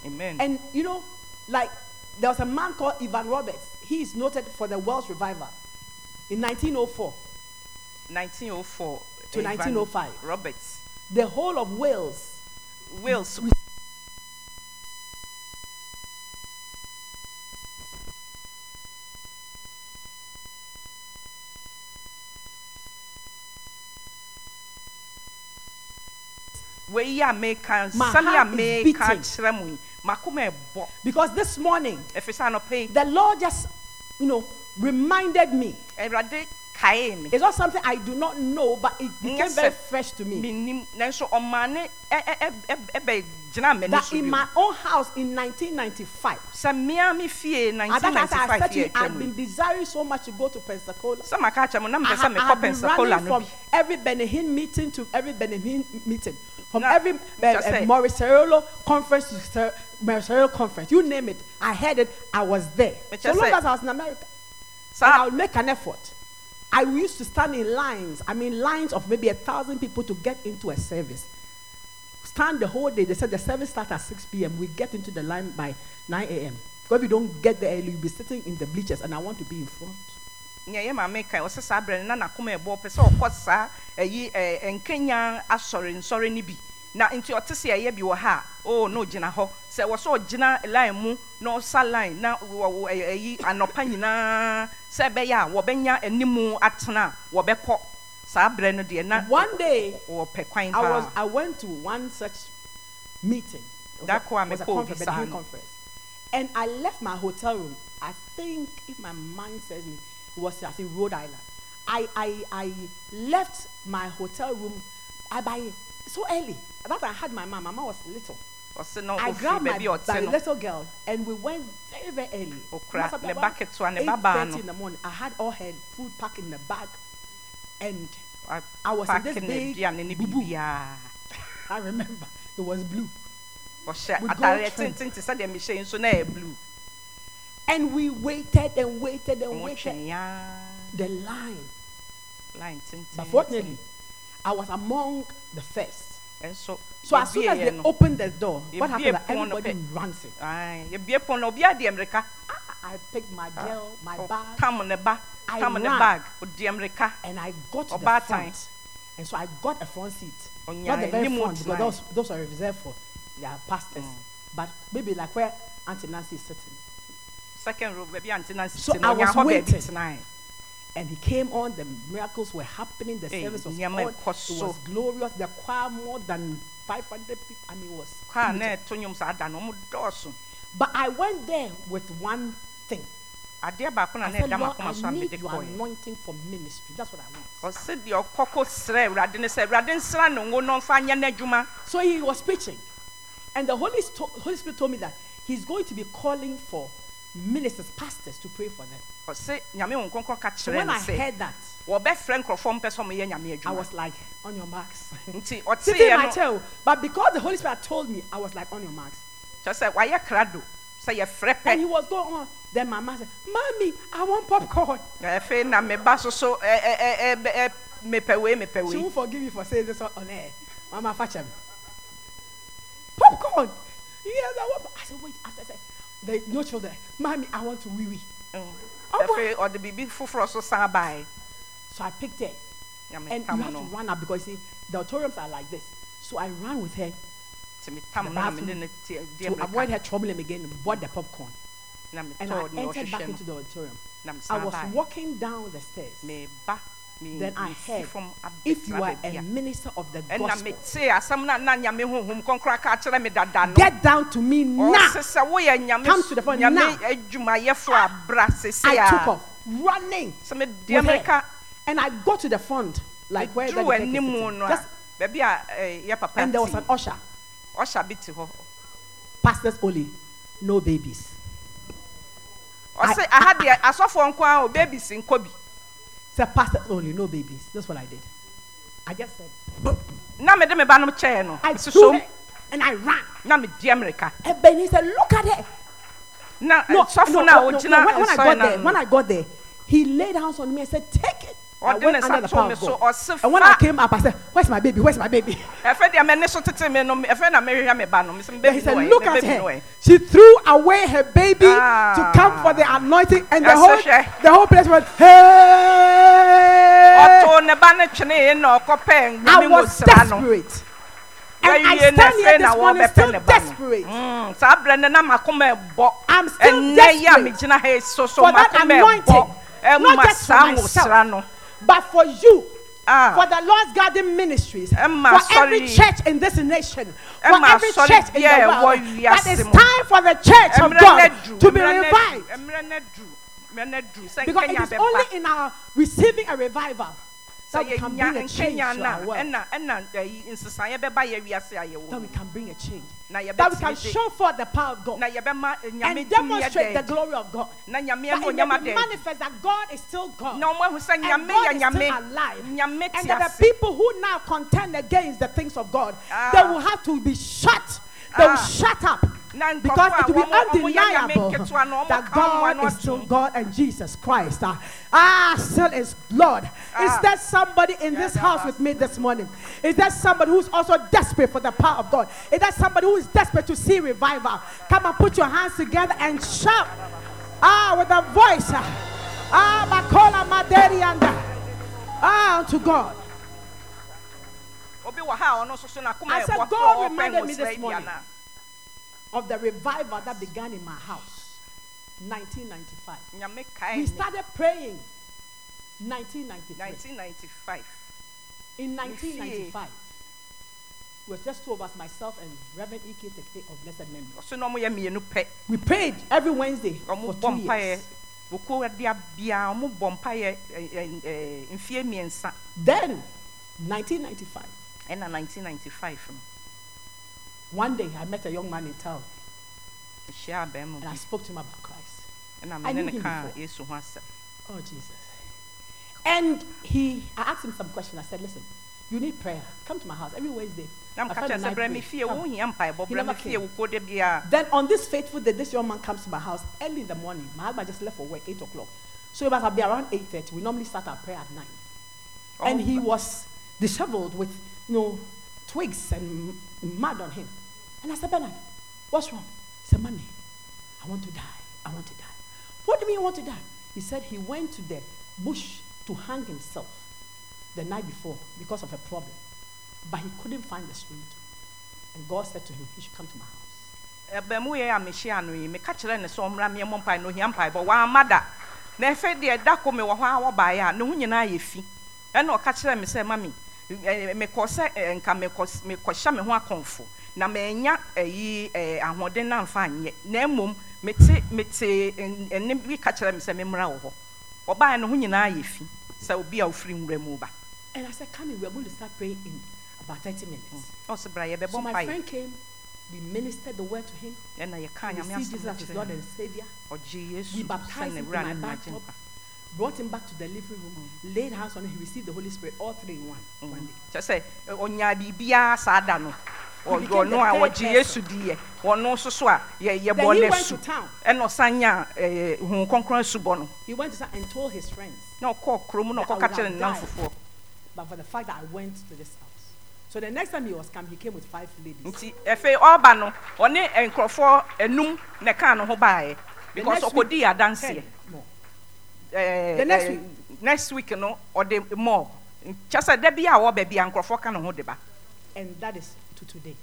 amen And you know, like there was a man called Ivan Roberts. He is noted for the Welsh revival in 1904. 1904 To Evan 1905. roberts The whole of Wales wales wei yɛ a meka My nsɛm yɛ a heart is beating. meka kyerɛ mo yi makoma ɛbɔ because this morning ɛfiri sɛ anɔpɛ yi the Lord just, you know, reminded me. awurade kaee me It's not something I do not know, but it became Yes, very sir. fresh to me. menim nanso e, ɔma ne ɛbɛgyina m'ani That so in bio my own house in 1995, sɛ mmea me fie at that time I 1995 said to you, yɛ atwa I've mu yi been desiring so much to go to Pensacola. sɛ maka kyɛ mo na I mepɛ ha- sɛ I mekɔ have been pensacola running no from bi every Benehin meeting to every Benehin meeting, from Na- every uh, just uh, say- Mauricerolo conference to Ser- Mauricerolo conference. You name it, I heard it. I was there. But So just long say- as I was in America, and I saa would make an effort. I used to stand in lines. I mean, lines of maybe a thousand people to get into a service. Stand the whole day. They said the service starts at 6 p.m. We get into the line by 9 a.m. Because if you don't get there early, you'll be sitting in the bleachers, and I want to be in front. nea yɛ maame ka ɔsɛ saa berɛ no na nakoma ɛbɔ pɛ sɛ ɔkɔ saa ayi eh, nkenya asɔre nsɔre no bi na nti ɔte sɛ ɛyɛ bi wɔ ha a o na ɔgyina hɔ sɛ wɔ sɛ ɔgyina line mu na ɔsa line na wɔ- wɔ- eh, ayi anɔpa nyinaa sɛ ɛbɛyɛ a wɔbɛnya animu atena a wɔbɛkɔ saa berɛ no deɛ na One day, wɔpɛ kwan I was paa I went to one such meeting. It was That a- kwa it was a meko conference, obisano. Benin conference. And I left my hotel room. I think if my mind says me, it was I think Rhode Island. I I, I left my hotel room I, by so early. That I had my mom. My mom was little. ɔse na I ɔfiri grabbed my, baabi a my ɔte no little girl and we went very, very early. Okra, Must have been ne around bucket wa ne babaa no. 8:30 in the morning. I had all her food packed in the bag and a- I was in this paake ne big aduane ne bubu. biribiaa I remember it was blue. ɔhyɛ With gold atareɛ trim. tenten te sɛdeɛ mehyɛ yi nso na ɛyɛ blue And we waited and waited and ɔmo waited. tweaa The line. line tenten But fortunately, I was among the first. ɛnso So as soon as yɛbieeɛ they no opened the door, You what be happened? a Like, pawn of everybody it. runs in. Aye, yɛbie pon na obia di mmirika ah. I picked my girl, my oh, bag, tam ne ba I tam ne ran. bag odi mmirika and I got to the Oba time. front. And so I got a front seat. On Not the your very remote front, because line. those, those are reserved for their pastors. Mm. But maybe like where Auntie Nancy is sitting. second row baabi ante na sisi So na I ɔnya was hɔ baabi waiting. tenae And he came on, the miracles were happening, the Hey, service was nyama on, it ɛkɔ so. was glorious, the choir more than 500 people, I mean, it was. kaa huge. na ɛto nnwom saa da no ɔmo dɔɔso But I went there with one thing. adeɛ baako na I na said, ɛda Lord, makoma so a I mede need your kɔɛ anointing for ministry. That's what I want. ɔse deɛ ɔkɔ kɔ srɛ awurade ne sɛ awurade nsra ne ngo na ɔmfa nyɛ n'adwuma So he was preaching. And the Holy, Sto- Holy Spirit told me that he's going to be calling for ministers, pastors to pray for them. ɔse nyame wo nkɔnkɔ ka So kyerɛ when no I sɛ heard that, wɔbɛfrɛ nkurɔfoɔ mpɛ sɛ ɔmyɛ nyame I adwuma was like, on *laughs* your marks. nti Sitting in ɔteeɛ my no chair, but because the Holy Spirit told me, I was like, on your marks. kyerɛ sɛ wayɛ krado sɛ yɛfrɛ And he pɛ was going on. Then my mom said, Mommy, I want popcorn. Na afei na meba so so ɛ- ɛ- ɛ- ɛ- ɛ- mepɛ wei mepɛ wei She won't forgive me for saying this on on air. Mama, fetch him. Popcorn. Yes, I want. I said, wait. After I said, there no children. Mommy, I want to wee wee. Mm. Oh, afei ɔde biribi foforɔ so san bae So I picked her. nyame And you tam have to no run up because you see, the auditoriums are like this. So I ran with her nti metam the no na bathroom mene no tie- die to avoid mmirika her troubling again and bought the popcorn. na And I metɔɔ ne entered back ɔhwehwɛ into no the auditorium. na I mesan was bae walking down the stairs. meba me- Then I mesi heard, fam If you abɛtena are baabi a a minister of the ɛna gospel, metee asɛm no a na nyame honhom kɔnkora ka kyerɛ me dada no get down to me now. ɔse sɛ woyɛ nyame Come to the phone now. nyame adwumayɛfo a bra I took sesea off running. sɛ medeɛ with her. mereka And I got to the front, like where the meduru detective anim sitting. no a Just- baabi a eh, yɛ papa and there was an te usher, ɔhyɛ bi te hɔ pastors only, no babies. ɔse aha deɛ asɔfoɔ nko a obebi si nkɔ bi Said pastors only, no babies. That's what I did. I just said, na mede me ba no kyɛɛ no I threw sosom it and I ran. na medeɛ mereka And Benny said, look at it. na eh, No, no, sɔfo no no, a no, ogyina when, when I nsɔe got there, no when no I got there, he laid hands on me and said, take it. I Ɔde went ne under nsa the too power me of so, God. ɔse And when I fa. eh, came up, I said, where's my baby? Where's my baby? *laughs* ɛfɛ deɛ m'ani so tete me no ɛfɛ na merehwɛ me ba no mesɛ Then mebebi he said, no Look ɛ at mebebi no ɛ her. She threw away her baby Ah. to come for the anointing, and the Yes, whole sir. the whole place went, Hey! ɔtoo ne ba no twenee na ɔkɔpɛɛ I nyame was ngosira no desperate. And I Wawie stand na afei here na this wɔbɛpɛ morning ne still ba desperate no Mm, saa berɛ no na makoma ɛbɔ I'm still Ɛnnɛ yi a desperate megyina ha yi so so for that makoma ɛbɔ anointing, not ɛma just for saa ngosira no myself, but for you. Ah. For the Lord's Garden Ministries, Emma, for every sorry. church in this nation, Emma, for every sorry, church in yeah, the world, warrior that it's Simon. time for the church of Mmerɛ God no aduru, to be mmerɛ no revived. aduru, mmerɛ no aduru, mmerɛ no aduru sɛ Because nkenya it is bɛba. only in our receiving a revival Sɛ that we can yɛnya bring a change nkenya to our no a, world. ɛna- ɛna, ɛyi, nsesaeɛ bɛba yɛ wiase a yɛwɔ That mu. we can bring a change. Na yɛbɛtumi That we can de- show forth the power of God na yɛbɛma eh, Nyame and tumi yɛ demonstrate the dɛn. glory of God. na nyame That no it may onyama be dɛn manifest that God is still God. na ɔmo ahu sɛ And nyame God yɛ is still nyame alive. nyame And te that ase the people who now contend against the things of God, Ah. they will have to be shut. They will Ah. shut up. Na nkɔfo Because a it will be wɔmo- wɔmo yɛ Nyame undeniable nketewa na wɔmo that ka wɔn God ano is still ato. God and Jesus Christ. Ah, ah, still is Lord. Is Ah. there somebody in Yeah, this that house was- with me this morning? Is there somebody who's also desperate for the power of God? Is there somebody who is desperate to see revival? Come and put your hands together and shout. Ah, with a voice. ah, Ah, Makola Maderianda. Ah, unto God. obi wɔ ha a ɔno nso so n'akoma I said, ɛbɔ God ɔwɔ reminded pɛn me wɔ this sira bi morning. ana Of the revival that began in my house, 1995. nyame We kae started praying 1993. 1995 In fie. 1995, we were just two of us, myself and Reverend E.K. Tekte of Blessed Memory. ɔso na ɔmo yɛ mmienu pɛ We prayed every Wednesday for ɔmo two bɔ mpaeɛ years. wɔkuo ɛde abia ɔmo bɔ mpaeɛ ɛ- ɛ- ɛ, mfie mmiɛnsa Then, 1995, ɛna 1995 no one day I met a young man in town mehyia abɛɛma and bi I spoke to him about Christ. ɛna I mene knew ne him kaa before. yesu ho asɛm Oh, Jesus. And he, I asked him some questions. I said, listen, you need prayer. Come to my house every Wednesday. na I meka find a kyerɛ sɛ night brɛ place. me fie Come. wohia mpaebɔ He brɛ me never fie came. wokuo de bia Then on this fateful day, this young man comes to my house early in the morning. My husband just left for work, 8 o'clock. So it must be around 8.30. We normally start our prayer at 9. And he was disheveled with, you know, twigs and m- mud on him. And I said, Bernard, what's wrong? He said, Mommy, I want to die. I want to die. What do you mean you want to die? He said he went to the bush to hang himself the night before because of a problem. But he couldn't find the street. And God said to him, You should come to my house. ɛbɛmu yɛ a mehyia no yi meka kyerɛ ne sɛ ɔmmra meɛmmɔ mpae no ohia mpaebɔ wamma da na ɛfɛ deɛ da ko e me wɔ hɔ a wɔbaeɛ a ne ho nyinaa yɛ fi ɛna ɔka kyerɛ me sɛ mami e, mekɔ sɛ ɛ, e, nka mekɔ- mekɔhyɛ me ho akɔmfo na e, manya ayi ɛ, ahoɔden no amfa anyɛ na mmom mete mete ɛn- ɛne e, bi ka kyerɛ me sɛ memmra wɔ hɔ ɔbaeɛ ne ho nyinaa yɛ fi sɛ obi a wofiri nwura mu ba Mm. And I said, Come in, we are going to start praying in about 30 minutes. ɔsɛ bra yɛbɛbɔ So my mpaeɛ friend came We ministered the word to him. ɛna yɛkaa We nyame see Jesus asɛm no as his Lord kyerɛɛ and Savior. no. ɔgye We yesu sɛ baptized ne him in wura ne my ne bathtub. n'agyenkwa Brought him back to the living room. Laid hands on him. He received the Holy Spirit. All three in one. Mm. One day. kyɛ sɛ ɛ, ɔnyaa biribiaa saa da no Ɔ- He became ɔno the a third ɔgye yesu diiɛ ɔno nso so a yɛ- Then he yɛbɔ ne went so to town. ɛna ɔsan nyaa hu kɔnkron asubɔ no He went to town and told his friends. na ɔkɔɔ kurom na That I ɔkɔka would kyerɛ ne have died. namfofoɔ But for the fact that I went to this house. So the next time he was coming, he came with five ladies. nti afei ɔreba no ɔne nkurɔfoɔ enum na ɛkaa ne ho baeɛ The because next week, ɔkɔdii adanseɛ Ten more. Eh, The next eh, week. next week no ɔde mɔɔ kyɛ sɛ da bi a wɔba bi a nkurɔfoɔ ka ne ho de ba And that is to today.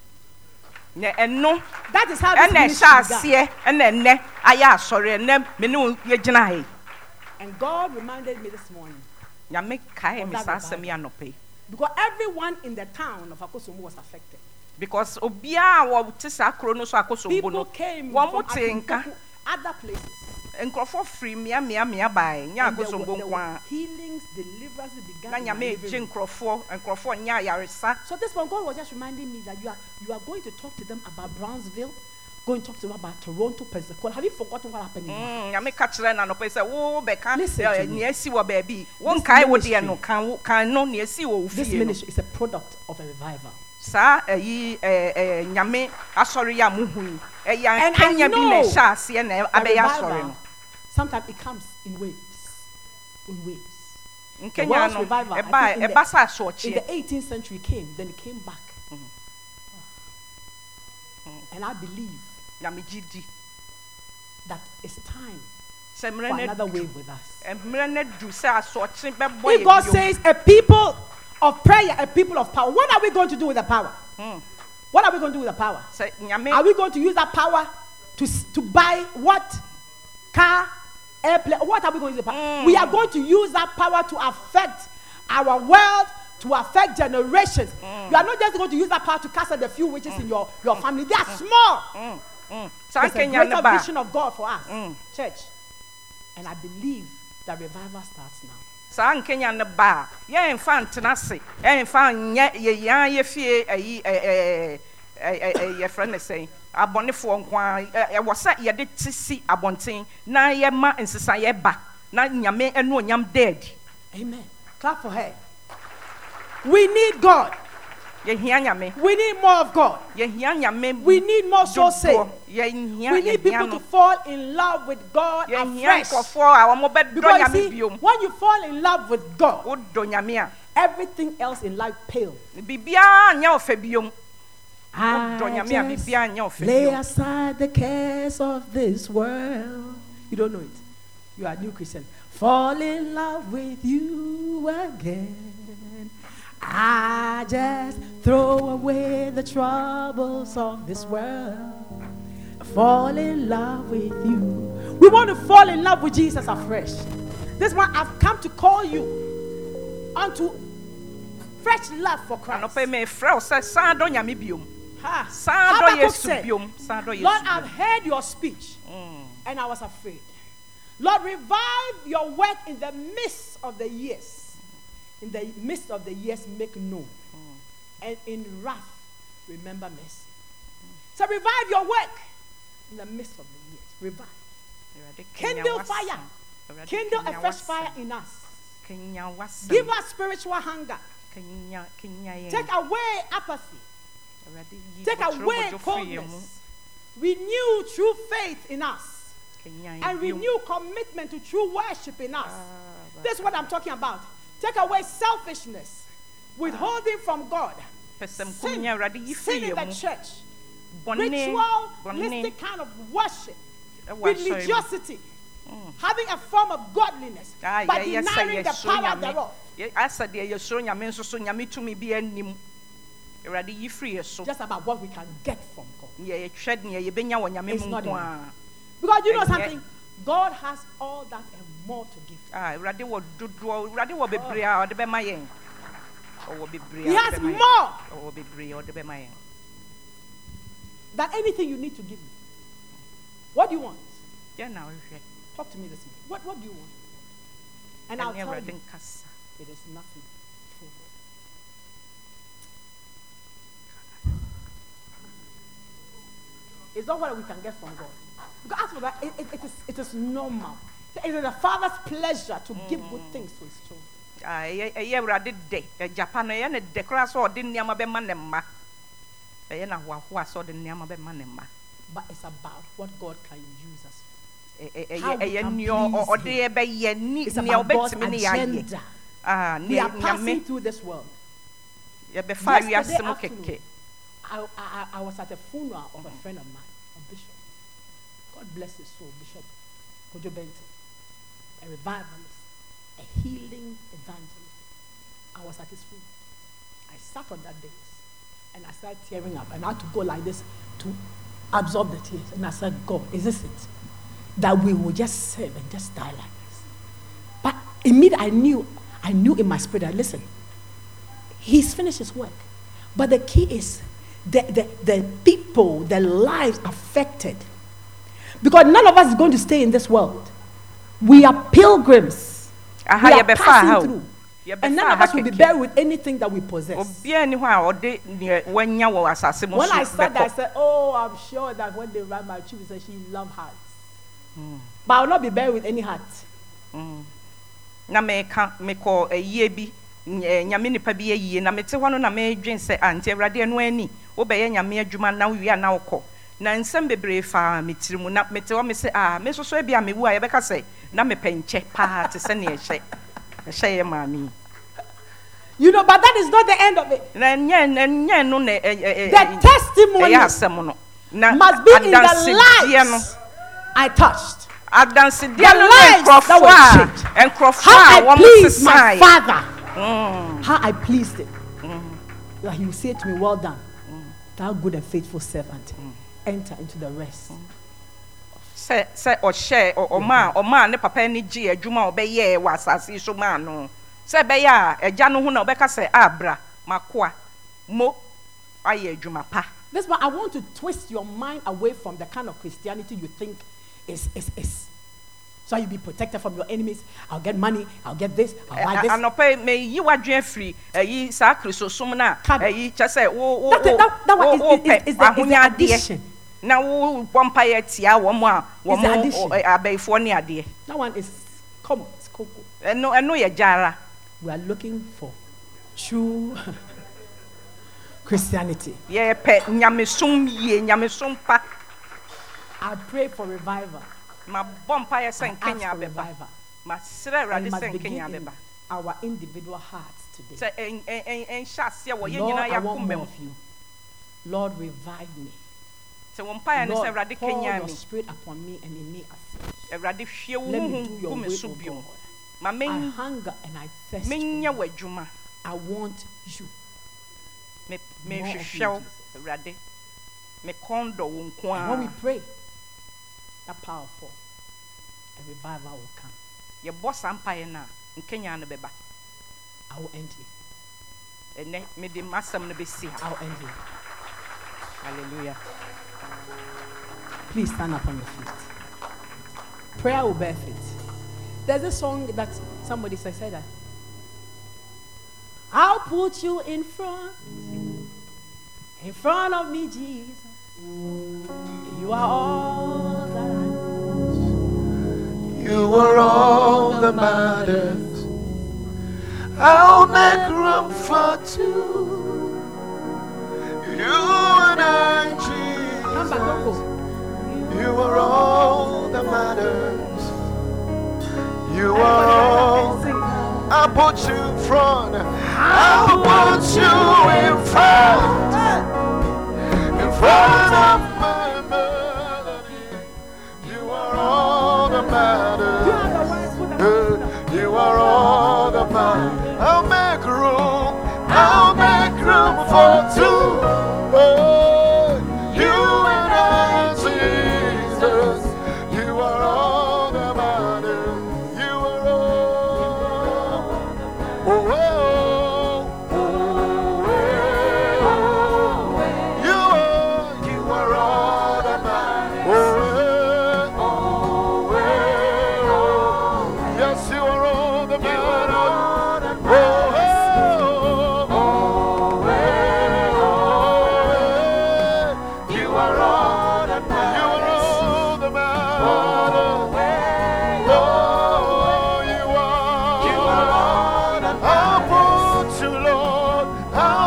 na ɛno That is how this ɛna ministry ɛhyɛ began. aseɛ ɛna ɛnɛ ayɛ asɔre ɛnɛ me ne wo yɛgyina ha yi And God reminded me this morning nyame kae Of me that saa revival. asɛm yi anɔpɛ yi because everyone in the town of Akosomu was affected. because obiara a wɔte saa kuro no so akosombo People no came wɔn mo from te nka Akunkuku, other places. nkurɔfoɔ firi mmeammeammea baeɛ nyɛ And there were- akosombo there nko were ara healings, deliverances began. na in my nyame living egye room. nkurɔfoɔ nkurɔfoɔ nyɛ ayaresa So this one, God was just reminding me that you are you are going to talk to them about Brownsville, going to talk to them about Toronto, Pensacola. Have you forgotten what happened? in March? Mm, nyame ka kyerɛ na nɔpɛ sɛ wobɛka Listen to eh, me. nea asi wɔ baabi This wonkae wo deɛ ministry- no ka wo- ka no nea asi wɔ wo This fie no ministry is a product of a revival. saa ayi eh, eh, nyame asɔre yɛ a mohu yi ɛyɛ And I nkanya bi na know ɛhyɛ aseɛ na A abɛyɛ asɔre revival, no Sometimes it comes in waves, in waves. nkanya world's no revival, I ɛba think in the- ɛba sɛ in the asoɔkyeɛ 18th century came, then it came back. And I believe nyame gye di that it's time sɛ for mmerɛ no another adu- wave with us. eh, mmerɛ no adu sɛ asoɔkye bɛbɔ If yɛ God bio. says a people of prayer, a people of power, what are we going to do with the power? Mm. What are we going to do with the power? sɛ Are nyame we going to use that power to, s- to buy what? Car, airplane, what are we going to use the power? Mm. We are going to use that power to affect our world, to affect generations. Mm. You are not just going to use that power to cast out the few witches in your, your family. They are small. Mm, mm. saa There's a nkanya no greater ba vision of God for us, Mm. church. And I believe that revival starts now. saa nkenya no ba a yɛmfa ntena ase yɛmfa nyɛ yɛyɛa yɛfie ayi ɛ- ɛ- ɛ- ɛ- ɛ- yɛfrɛ e, ne sɛn abɔnefoɔ nko a ɛ- ɛwɔ e, sɛ yɛde te si abɔnten na yɛma nsesayɛ ba na nyame ɛne onyam daadi Amen. Clap for her. We need God. yɛhia nyame We need more of God. yɛhia nyame We need more soul saved. dodoɔ yɛhia We need people yɛhia to no fall in love with God yɛhia afresh. nkɔfoɔ a wɔn bɛdɔ Because nyame you see, biom when you fall in love with God, wodɔ nyame everything else in life pales. a biribiara nyɛ ɔfɛ biom wodɔ Ah, nyame a biribiara nyɛ ɔfɛ lay biom aside the cares of this world. You don't know it. You are a new Christian. Fall in love with you again. I just throw away the troubles of this world. Fall in love with you. We want to fall in love with Jesus afresh. This one, I've come to call you unto fresh love for Christ. anɔpɛ mefrɛ wo sɛ saa dɔ nyame biom Ha. Saa dɔ Habakkuk Yesu said, biom. Saa dɔ Yesu Lord, biom." I've heard your speech and I was afraid. Lord, revive your work in the midst of the years. In the midst of the years, make known. And in wrath, remember mercy. So revive your work in the midst of the years. Revive. Kindle fire. Kindle a fresh fire in us. Give us spiritual hunger. Mm. Take away apathy. Take away coldness. Renew true faith in us. and renew commitment to true worship in us. Ah, That's what I'm talking about. Take away selfishness, Ah. withholding from God, sin, pɛsɛmkum nyɛ awurade yi sin firi yɛ in the mu church, ritual, bɔne mystic kind of worship, ɛwɔ asɔre mu religiosity, having a form of godliness, Hmm. Ah, but yɛyɛ sɛ denying the yɛsuro power Nyame. thereof. Yɛ- asɛ deɛ yɛsuro nyame nso so nyame tumi bi anim awurade yi firi yɛ so Just about what we can get from God. neɛ yɛtwɛ neɛ yɛbɛnya wɔ nyame It's mu not nko enough. a Because you know And yet- something, God has all that and more to give. Ah, awurade wɔ dodoɔ awurade wɔ bebree a ɔde bɛma yɛn ɔwɔ bebree a He ɔde has bɛma yɛn. more ɔwɔ bebree a ɔde bɛma yɛn than anything you need to give me. What do you want? yɛn na ɔhwɛ Talk to me this morning. What, what do you want? And I'll ɛne tell awurade you, nkasa it is nothing. for God. It's not what we can get from God. Because as for that, it, it, it, is, it is normal. It is a father's pleasure to give good things to his children. Ah, ɛyɛ ɛyɛ awurade dɛ agyapa no ɛyɛ ne dɛ koraa sɛ ɔde nneɛma bɛma ne mma ɛyɛ no ahoahoa sɛ ɔde nneɛma bɛma ne mma But it's about what God can use us for. Ɛ- ɛ- ɛyɛ How we ɛyɛ can nea ɔ- please ɔde yɛbɛyɛ ni It's nea about God's ɔbɛtumi ne yɛayɛ agenda. Ah, We nea are passing nyame through this world. yɛbɛfa Yesterday wiase mu afternoon, kɛkɛ I, I, I was at a funeral of a friend of mine, a bishop. God bless his soul, Bishop Kojo Benton, a revivalist, a healing evangelist. I was at his funeral. I sat on that bench and I started tearing up and I had to go like this to absorb the tears. And I said, God, is this it? That we will just serve and just die like this. But immediately I knew, I knew in my spirit that listen, he's finished his work. But the key is the, the, the people, the lives affected. Because none of us is going to stay in this world. We are pilgrims. Aha, we are yɛbɛfa passing aha o. through. Yɛbɛfa And none of aha us will be kɛkɛ. buried with anything that we possess. obiaa ni hɔ a ɔde neɛ wanya wɔ asase mu when so I said that, I bɛkɔ said, Oh, I'm sure that when they ran my tube, said she loved hearts. Hmm. But I'll not be buried with any heart. Mm. na meka mekɔ ayie bi nyɛ- nyame nipa bi ayie na mete hɔ no na meedwen sɛ anti awurade ɛno ani wobɛyɛ nyame adwuma na wowie a na wokɔ na nsɛm bebree faa me tiri mu na mete hɔ me sɛ a me soso bi a mewu a yɛbɛka sɛ na mepɛ nkyɛ paa te sɛ ne ɛhyɛ ɛhyɛ yɛ maame yi You know, but that is not the end of it. na ɛnyɛ ɛnyɛ no na eh, The ɛyɛ testimony asɛm no na must be in the adansedeɛ no lives I touched. adansedeɛ The no ne lives that nkurɔfoɔ were a nkurɔfoɔ How a I pleased my wɔmsesaeɛ. father. Mm-hmm. How I pleased him. That he will say to me, Well done, thou good and faithful servant. Enter into the rest. sɛ sɛ ɔhyɛ ɔ- ɔma a ɔma a oh, ne papa eh, ani gye adwuma a ɔbɛyɛɛ wɔ asase yi so maa no sɛ ɛbɛyɛ a agya eh, no ho na oh, ɔbɛka sɛ abra makoa mo ayɛ adwuma pa This why I want to twist your mind away from the kind of Christianity you think is is is. So you'll be protected from your enemies. I'll get money. I'll get this. Ɛ- I'll buy Eh, a- this. anɔpa yi meyi w'adwene firi ayi saa kristosom no a Come. ayi kyɛ sɛ wo- wo- That- wo- that- that one is- wo- is- wopɛ is- is the- is the ahonyadeɛ addition. na wo bɔ mpaeɛ tia wɔ mo a wɔ It's the mo addition. ɔ- ɛ- abɛifoɔ ne adeɛ That one is common. It's cocoa. ɛno ɛno yɛ gya ara We are looking for true *laughs* Christianity. yɛpɛ nyamesom yie nyamesom pa I pray for revival. mabɔ mpaeɛ sɛ I ask nkenya for abɛba revival. masrɛ And awurade it must sɛ begin nkenya in abɛba our individual hearts today. sɛ ɛn- ɛn- ɛn- ɛnhyɛ aseɛ wɔ yɛn Lord, nyinaa I want yɛakoma more mu of you. Lord, revive me. sɛ wɔ mpaeɛ no sɛ Lord, awurade pour kanya your me spirit upon me and in me afresh. awurade hwie wo Let me do honhom your gu me will, so O bio God. Ah, ma I men- hunger and I thirst. for menyɛ you. w'adwuma I want you. Me- More of you, menhwehwɛ wo Jesus. awurade mekɔn dɔ wo nko And when we ara pray, that powerful, a revival will come. yɛbɔ saa mpaeɛ no a nkanya no bɛba I will end here. ɛnɛ mede m'asɛm no bɛsi ha I will end here. halleluya Please stand up on your feet. Prayer will bear fruit. There's a song that somebody said, said that. I'll put you in front, in front of me, Jesus. You are all that I You are all that matters. I'll make room for two. You and I, Come back, don't Jesus. go. You are all that matters. You are all. I put you in front. I'll put you in front. In front of my melody. You are all that matters. You are the ones who Good. You are all the man. I'll make room. I'll make room for two. Oh, you and I, Jesus. You are all the man. You are all. Oh, oh, oh, oh. You are, you are all the man. Oh, oh, oh, oh. Yes, you are all the man. Oh, oh, oh, oh, oh. Oh,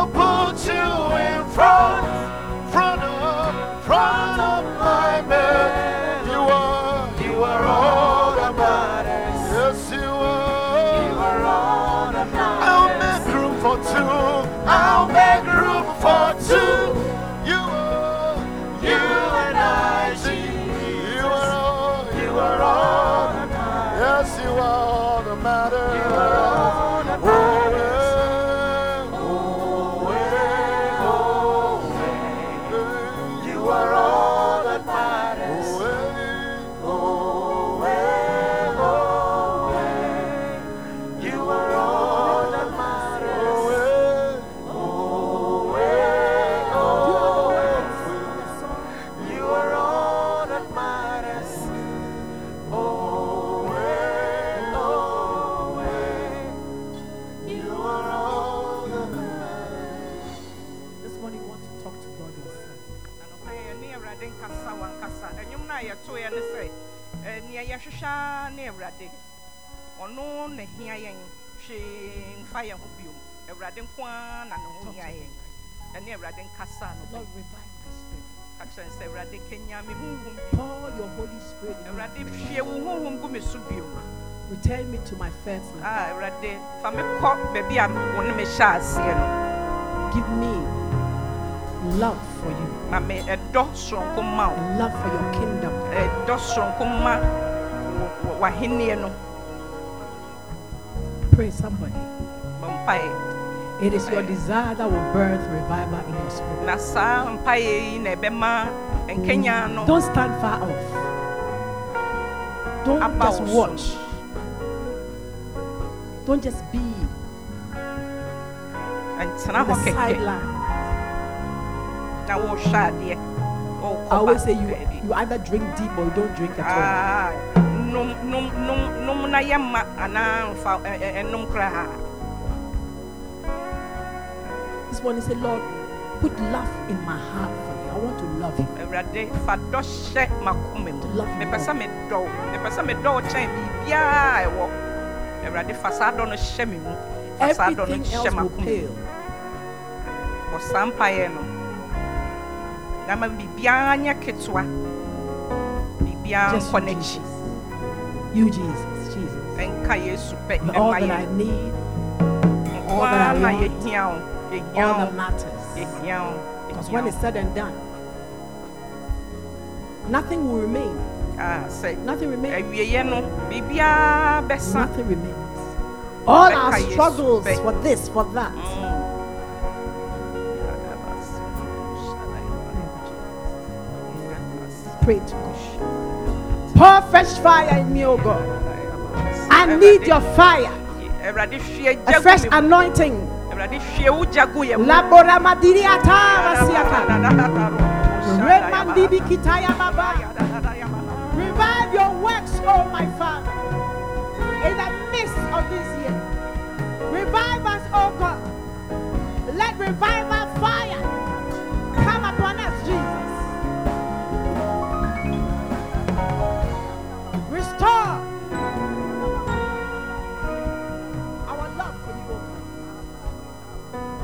Oh, eh, awurade nkasa wankasa ɛnwom no a yɛtoeɛ ne sɛ eh, nea yɛhwehwɛ ne awurade ɔno na hia yɛn hwee mfa yɛn ho biom awurade nko ara na ne ho hia yɛn ɛne awurade nkasa no Lord, bɛ revive my spirit. ka kyerɛ sɛ awurade kanya me honhom bi Pour your Holy Spirit in me. awurade hwie wo honhom gu me so biom Return me to my first love. Ah, awurade fa mekɔ baabi a wo ne mehyɛ aseɛ no Give me love for you, ma me ɛdɔ soronko ma wo love for your kingdom, ɛdɔ soronko ma wo- wo- w'ahenneɛ no Pray somebody. ma mpaeɛ It is your desire that will birth revival in your spirit. na saa mpaeɛ yi na ɛbɛma nkanya no Don't stand far off. Don't Aba just wo so. watch. Don't just be on ntena hɔ the kɛkɛ sideline. na wɔrehwɛ adeɛ I wɔrekɔ always ba say you baabi you either drink deep or you don't drink at Ah, nom nom nom nom na yɛ ma anaa mfa ɛ- ɛ- ɛnom koraa Ah. all. This one is say, Lord, put love in my heart for you. I want to love you. awurade fa dɔ hyɛ makoma mu Love you, mepɛ sɛ Lord. medɔ wo mepɛ sɛ medɔ wo kyɛn biribiaa a ɛwɔ awurade fa saa dɔ no hyɛ me mu fa saa dɔ no Everything hyɛ else will makoma mu pale. wɔ saa mpaeɛ no na ma biribiaa nyɛ ketewa biribiaa Just nkɔ you, n'akyi Jesus. You, Jesus, Jesus. ɛnka yesu pɛ You're all ɛma that I yɛ need, all nkoaa that I na want, yɛhia wo yɛhia all wo that matters. yɛhia wo Because yɛhia when wo. it's said and done, nothing will remain. Ah, sɛ Nothing remains. awieɛ no biribiaa bɛsa Nothing remains. All Rebecca, our you struggles spec- for this, for that. Pray to God. Pour fresh fire in me, O God. I need your fire, Mm. Awurade hwie a fresh gya gu me anointing. mu. Awurade hwie wo gya gu yɛ mu. Laboramadiriatabasiaka. Remandibikitayababa. Revive your works, oh my Father, in the midst of this year. Revive us, oh God. Let revival fire come upon us, Jesus. Restore our love for you, oh God.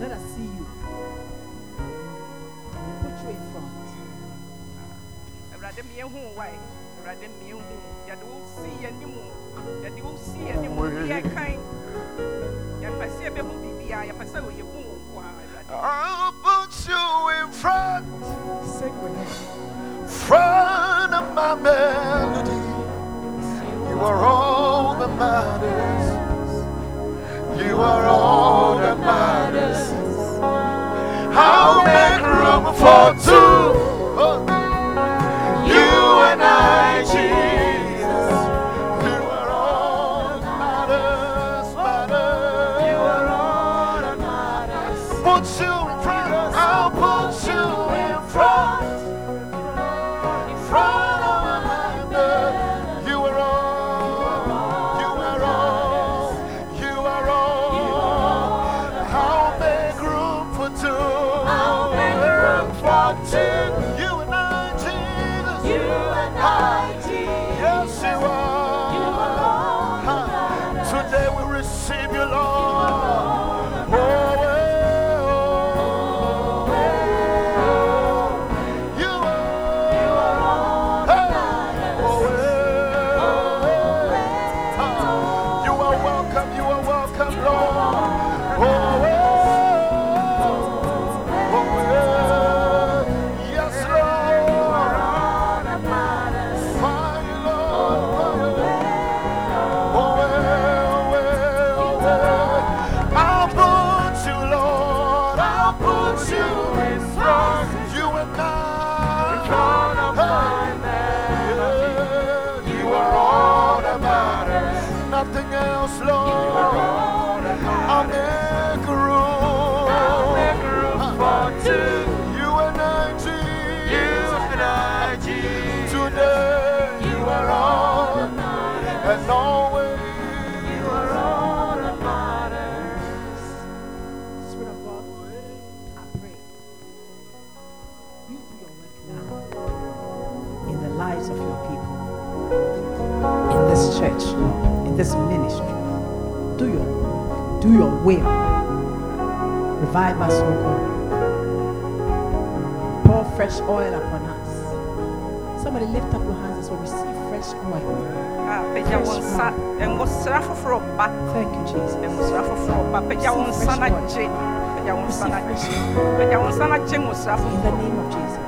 Let us see you. Put you in front. Awurade mmienu hu wa yi. Awurade mmienu hu. Yɛde wo si yɛn anim. Yɛde wo si yɛn anim. Yɛ kan. Yɛpɛ sɛ yɛbɛhu biribiara. Yɛpɛ sɛ yɛhu wo nko ara, Awurade. I'll put you in front, Sing with us. front of my melody. You are all that matters. You are all that matters. I'll make room for two. You and I, Jesus. You are all that matters. matters. You are all that matters. Put you in front. I'll put you in front. Front of my mind. You are all. You are all. You are all. I'll make room for two. I'll make room for two. You and I, Jesus. You and I, Jesus. Yes, you are. You are Today we receive you, Lord. Oh, oh, oh. You are. Hey. Oh, oh, oh. You are welcome. You are welcome, Lord. Oh, oh, oh. Yes, Lord. Fire, Lord. Fire, Lord. I'll put you, Lord. I'll put you in front. You and I. In front of my melody. You are all that matters. Nothing else, Lord. I'll make room. I'll make room for two. You and I, Jesus. You and I, Jesus. Today, you are all that matters and always you are all that matters. Spirit of God, I pray. You through church, in this ministry. Do your, do your will. Revive us, O God. Pour fresh oil upon us. Somebody lift up your hands and receive fresh oil. apagya wo nsa ngosra foforɔ ba Thank you, Jesus. ngosra foforɔ ba apagya wo nsa na gye apagya wo nsa na gye apagya wo nsa na gye ngosra In the foforɔ name of Jesus.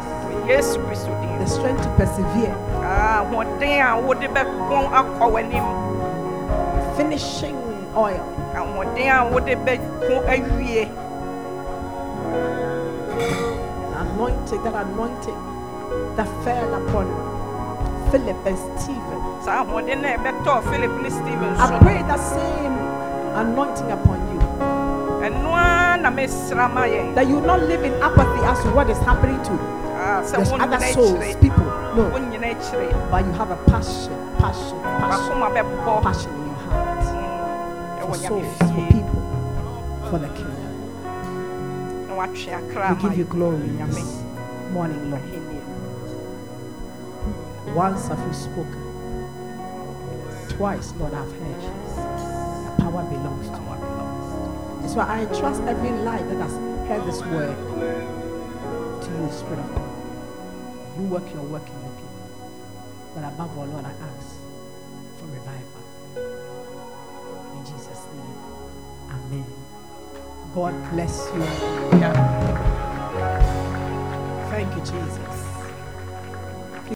yesu kristo din The strength to persevere, Ah, ahoɔden a wode bɛpɔn akɔ w'anim finishing oil, ahoɔden a wode bɛko awie anointing, that anointing that fell upon Philip and Stephen. saa ahoɔden na ɛbɛtɔɔ philip ne steven so I pray that same anointing upon you. ɛno ara na mesra ma yɛn That you not live in apathy as to what is happening to Ah, sɛ there's wonyina other souls, akyire people. No. wonyina akyire But you have a passion, passion, passion, bakoma bɛbɔ passion in your heart Mm, for ɛwɔ nyame souls, for fie people, for the kingdom. na watwe akra We ama give you yɛn glory nyame this morning, Lord. ahenni mu. Once have you spoken, twice, Lord, I've heard. The power belongs to you. So I trust every life that has heard this word to you, Spirit of God. You work your work in the people. But above all, Lord, I ask for revival. In Jesus' name, Amen. God bless you. Yeah. Thank you, Jesus.